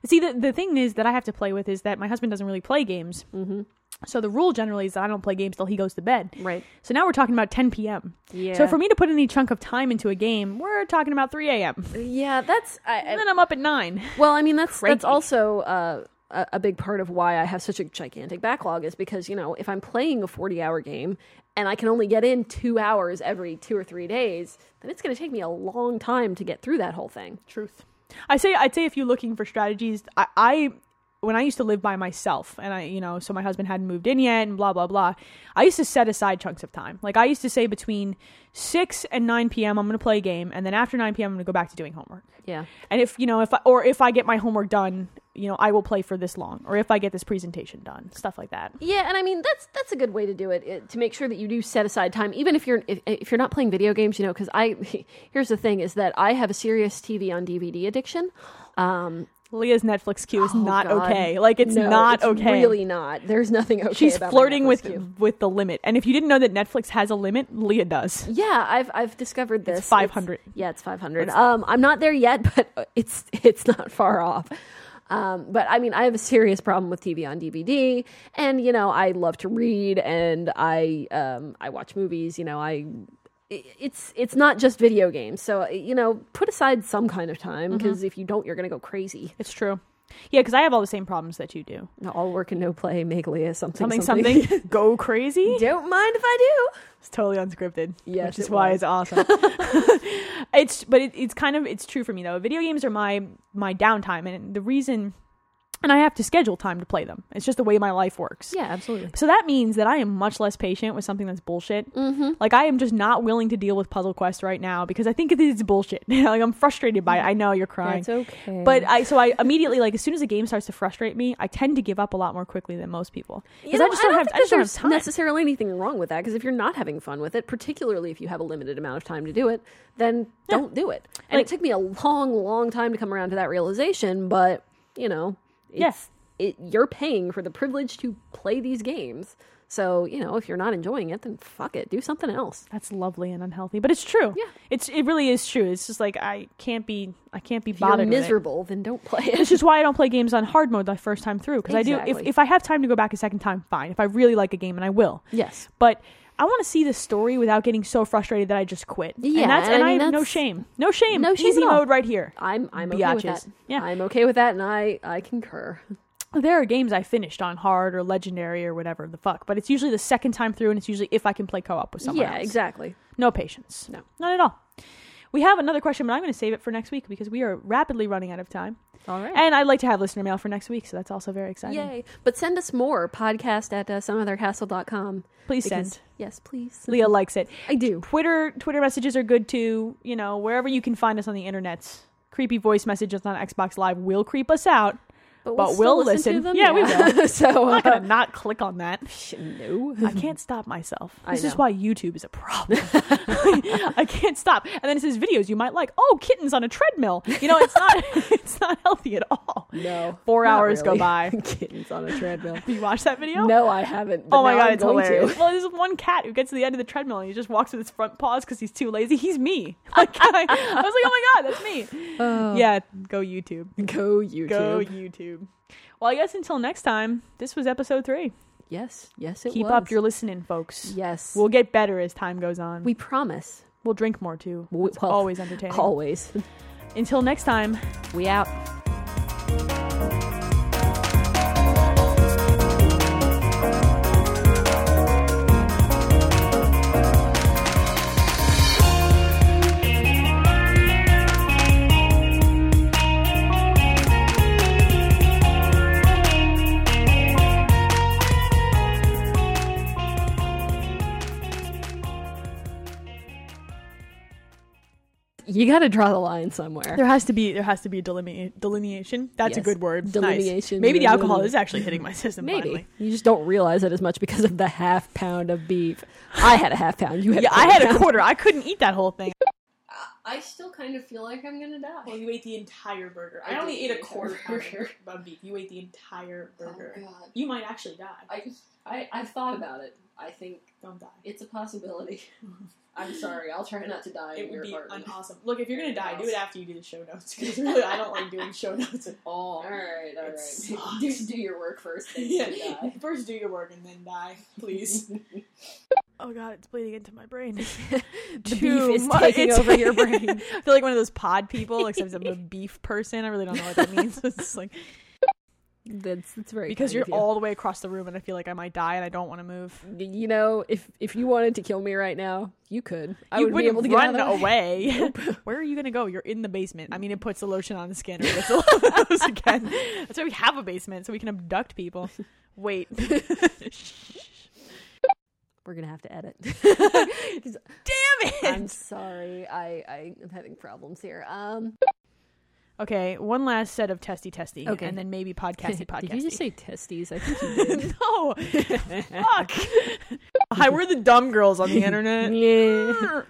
S1: See, the, the thing is that I have to play with is that my husband doesn't really play games. Mm-hmm. So the rule generally is that I don't play games till he goes to bed.
S2: Right.
S1: So now we're talking about 10 p.m.
S2: Yeah.
S1: So for me to put any chunk of time into a game, we're talking about 3 a.m.
S2: Yeah, that's I,
S1: And then I'm up at 9.
S2: well. I mean, that's that's
S1: Cranky.
S2: also uh, a, a big part of why I have such a gigantic backlog is because you know if I'm playing a forty hour game and I can only get in two hours every two or three days, then it's going to take me a long time to get through that whole thing.
S1: Truth. I say I'd say if you're looking for strategies, I, I when I used to live by myself and I you know, so my husband hadn't moved in yet and blah blah blah. I used to set aside chunks of time. Like I used to say between six and nine PM I'm gonna play a game and then after nine PM I'm gonna go back to doing homework.
S2: Yeah,
S1: And if you know, if I, or if I get my homework done, you know, I will play for this long, or if I get this presentation done, stuff like that.
S2: yeah, and I mean that's that's a good way to do it, it to make sure that you do set aside time, even if you're if, if you're not playing video games. You know, because I here's the thing is that I have a serious TV on DVD addiction. Um,
S1: Leah's Netflix queue is
S2: oh,
S1: not
S2: God.
S1: okay. Like it's
S2: No,
S1: not
S2: it's
S1: okay.
S2: Really not. There's nothing okay.
S1: She's
S2: about my
S1: flirting
S2: Netflix
S1: with
S2: queue.
S1: with the limit. And if you didn't know that Netflix has a limit, Leah does.
S2: Yeah, I've I've discovered this.
S1: 500.
S2: It's- yeah, it's five hundred. Um, I'm not there yet, but it's it's not far off. Um, but I mean, I have a serious problem with TV on DVD, and you know, I love to read, and I um, I watch movies. You know, I i- it's it's not just video games. So uh, you know, put aside some kind of time
S1: Mm-hmm.
S2: because if you don't, you're going to go crazy.
S1: It's true. Yeah, because I have all the same problems that you do.
S2: All work and no play make Leah something
S1: Something, something, go crazy.
S2: don't mind if I do.
S1: It's totally unscripted.
S2: Yes,
S1: which is
S2: it
S1: why
S2: was.
S1: it's awesome. it's but it, it's kind of it's true for me though. Video games are my my downtime, and the reason, and I have to schedule time to play them. It's just the way my life works.
S2: Yeah, absolutely.
S1: So that means that I am much less patient with something that's bullshit. Mm-hmm. Like I am just not willing to deal with Puzzle Quest right now because I think it is bullshit. like I'm frustrated by it. I know you're crying.
S2: That's okay.
S1: But I so I immediately like as soon as a game starts to frustrate me, I tend to give up a lot more quickly than most people. 'Cause I just don't, have
S2: think
S1: I just
S2: that
S1: don't have
S2: there's
S1: time.
S2: necessarily anything wrong with that because if you're not having fun with it, particularly if you have a limited amount of time to do it, then don't do it. And
S1: Like-
S2: it took me a long, long time to come around to that realization, but you know, it's,
S1: Yes.
S2: it, you're paying for the privilege to play these games. So, you know, if you're not enjoying it, then fuck it. Do something else.
S1: That's lovely and unhealthy, but it's true.
S2: Yeah.
S1: it's it really is true. It's just like I can't be I can't be
S2: If
S1: bothered.
S2: you're
S1: with it.
S2: miserable, then don't play it.
S1: Which is why I don't play games on hard mode the first time through because I do.
S2: Exactly.
S1: If if I have time to go back a second time, fine. If I really like a game, and I will.
S2: yes.
S1: But I want to see the story without getting so frustrated that I just quit.
S2: Yeah,
S1: and, that's,
S2: and
S1: and
S2: I
S1: I,
S2: mean,
S1: have no
S2: that's-
S1: shame, no shame,
S2: No shame
S1: easy
S2: at all.
S1: mode right here.
S2: I'm I'm okay with
S1: Biatches.
S2: that.
S1: Yeah.
S2: I'm okay with that and I I concur.
S1: There are games I finished on hard or legendary or whatever the fuck, but it's usually the second time through, and it's usually if I can play co-op with someone
S2: yeah,
S1: else.
S2: exactly.
S1: No patience.
S2: No.
S1: None at all. We have another question, but I'm going to save it for next week because we are rapidly running out of time.
S2: All right.
S1: And I'd like to have listener mail for next week, so that's also very exciting.
S2: Yay. But send us more podcast at uh, someothercastle.com.
S1: Please
S2: Because-
S1: send.
S2: Yes, please.
S1: Leah likes it.
S2: I do.
S1: Twitter Twitter messages are good too. You know, wherever you can find us on the internet. Creepy voice messages on Xbox Live will creep us out. But
S2: still
S1: we'll listen.
S2: to them.
S1: Yeah, we
S2: will. so
S1: I'm not
S2: uh,
S1: gonna not click on that.
S2: no.
S1: I can't stop myself.
S2: I
S1: This is
S2: know.
S1: why YouTube is a problem. I can't stop. And then it says videos you might like. Oh, kittens on a treadmill. You know, it's not it's not healthy at all.
S2: No.
S1: Four
S2: not
S1: hours go
S2: really.
S1: by.
S2: Kittens on a treadmill.
S1: Have you watched that video?
S2: No, I haven't. but
S1: Oh my
S2: now
S1: god,
S2: I'm
S1: it's
S2: going to.
S1: hilarious. Well, there's one cat who gets to the end of the treadmill and he just walks with his front paws because he's too lazy. He's me. Like, I, I was like, oh my god, that's me.
S2: Oh.
S1: Yeah, go YouTube.
S2: Go YouTube.
S1: Go YouTube. Well, I guess until next time, this was episode three.
S2: Yes, yes, it
S1: Keep
S2: was.
S1: up your listening, folks.
S2: Yes.
S1: We'll get better as time goes on.
S2: we promise.
S1: We'll drink more too.
S2: We-
S1: It's
S2: well,
S1: always entertaining.
S2: Always.
S1: Until next time.
S2: We out. You got to draw the line somewhere.
S1: There has to be there has to be a delimea- delineation. That's a
S2: Yes.
S1: good word. Nice.
S2: Delineation.
S1: Maybe the
S2: Yeah.
S1: alcohol is actually hitting my system.
S2: Maybe.
S1: finally.
S2: You just don't realize it as much because of the half pound of beef. I had a half pound. You had
S1: Yeah,
S2: a quarter
S1: I had a
S2: pound.
S1: quarter. I couldn't eat that whole thing.
S2: I still kind of feel like I'm going to
S1: Well,
S2: die.
S1: you ate the entire burger.
S2: I
S1: I, only
S2: did
S1: ate a
S2: eat the
S1: quarter
S2: burger.
S1: burger. Bun beef. You ate the entire burger.
S2: Oh, God.
S1: you might actually die.
S2: I, I, I've thought about it. I think
S1: Don't die.
S2: it's a possibility. I'm sorry. I'll try not to die
S1: It would be an awesome. Look, if you're gonna die, do it after you do the show notes. Because really, I don't like doing show notes at all.
S2: Oh, right,
S1: all It right. sucks. Do- do
S2: your work first.
S1: Yeah. First, do your work and then die, please. oh God, it's bleeding into my brain.
S2: the
S1: Too
S2: beef is
S1: much.
S2: taking
S1: It's-
S2: over your brain.
S1: I feel like one of those pod people, except I'm a beef person. I really don't know what that means. It's just like
S2: That's that's very
S1: because
S2: kind
S1: you're
S2: of you.
S1: all the way across the room, and I feel like I might die, and I don't want to move.
S2: You know, if if you wanted to kill me right now, you could. I
S1: you
S2: would be
S1: wouldn't
S2: able to get
S1: run
S2: out of the way.
S1: away. Where are you gonna go? You're in the basement. I mean, it puts the lotion on the skin. Or it gets the lotion again. That's why we have a basement, so we can abduct people. Wait, damn
S2: We're gonna have to edit.
S1: it!
S2: I'm sorry. I I am having problems here. Um.
S1: okay, one last set of testy testy,
S2: Okay.
S1: and then maybe podcasty podcasty.
S2: Did you just say testes? I think you did.
S1: no? Fuck! Hi, we're the dumb girls on the internet.
S2: yeah.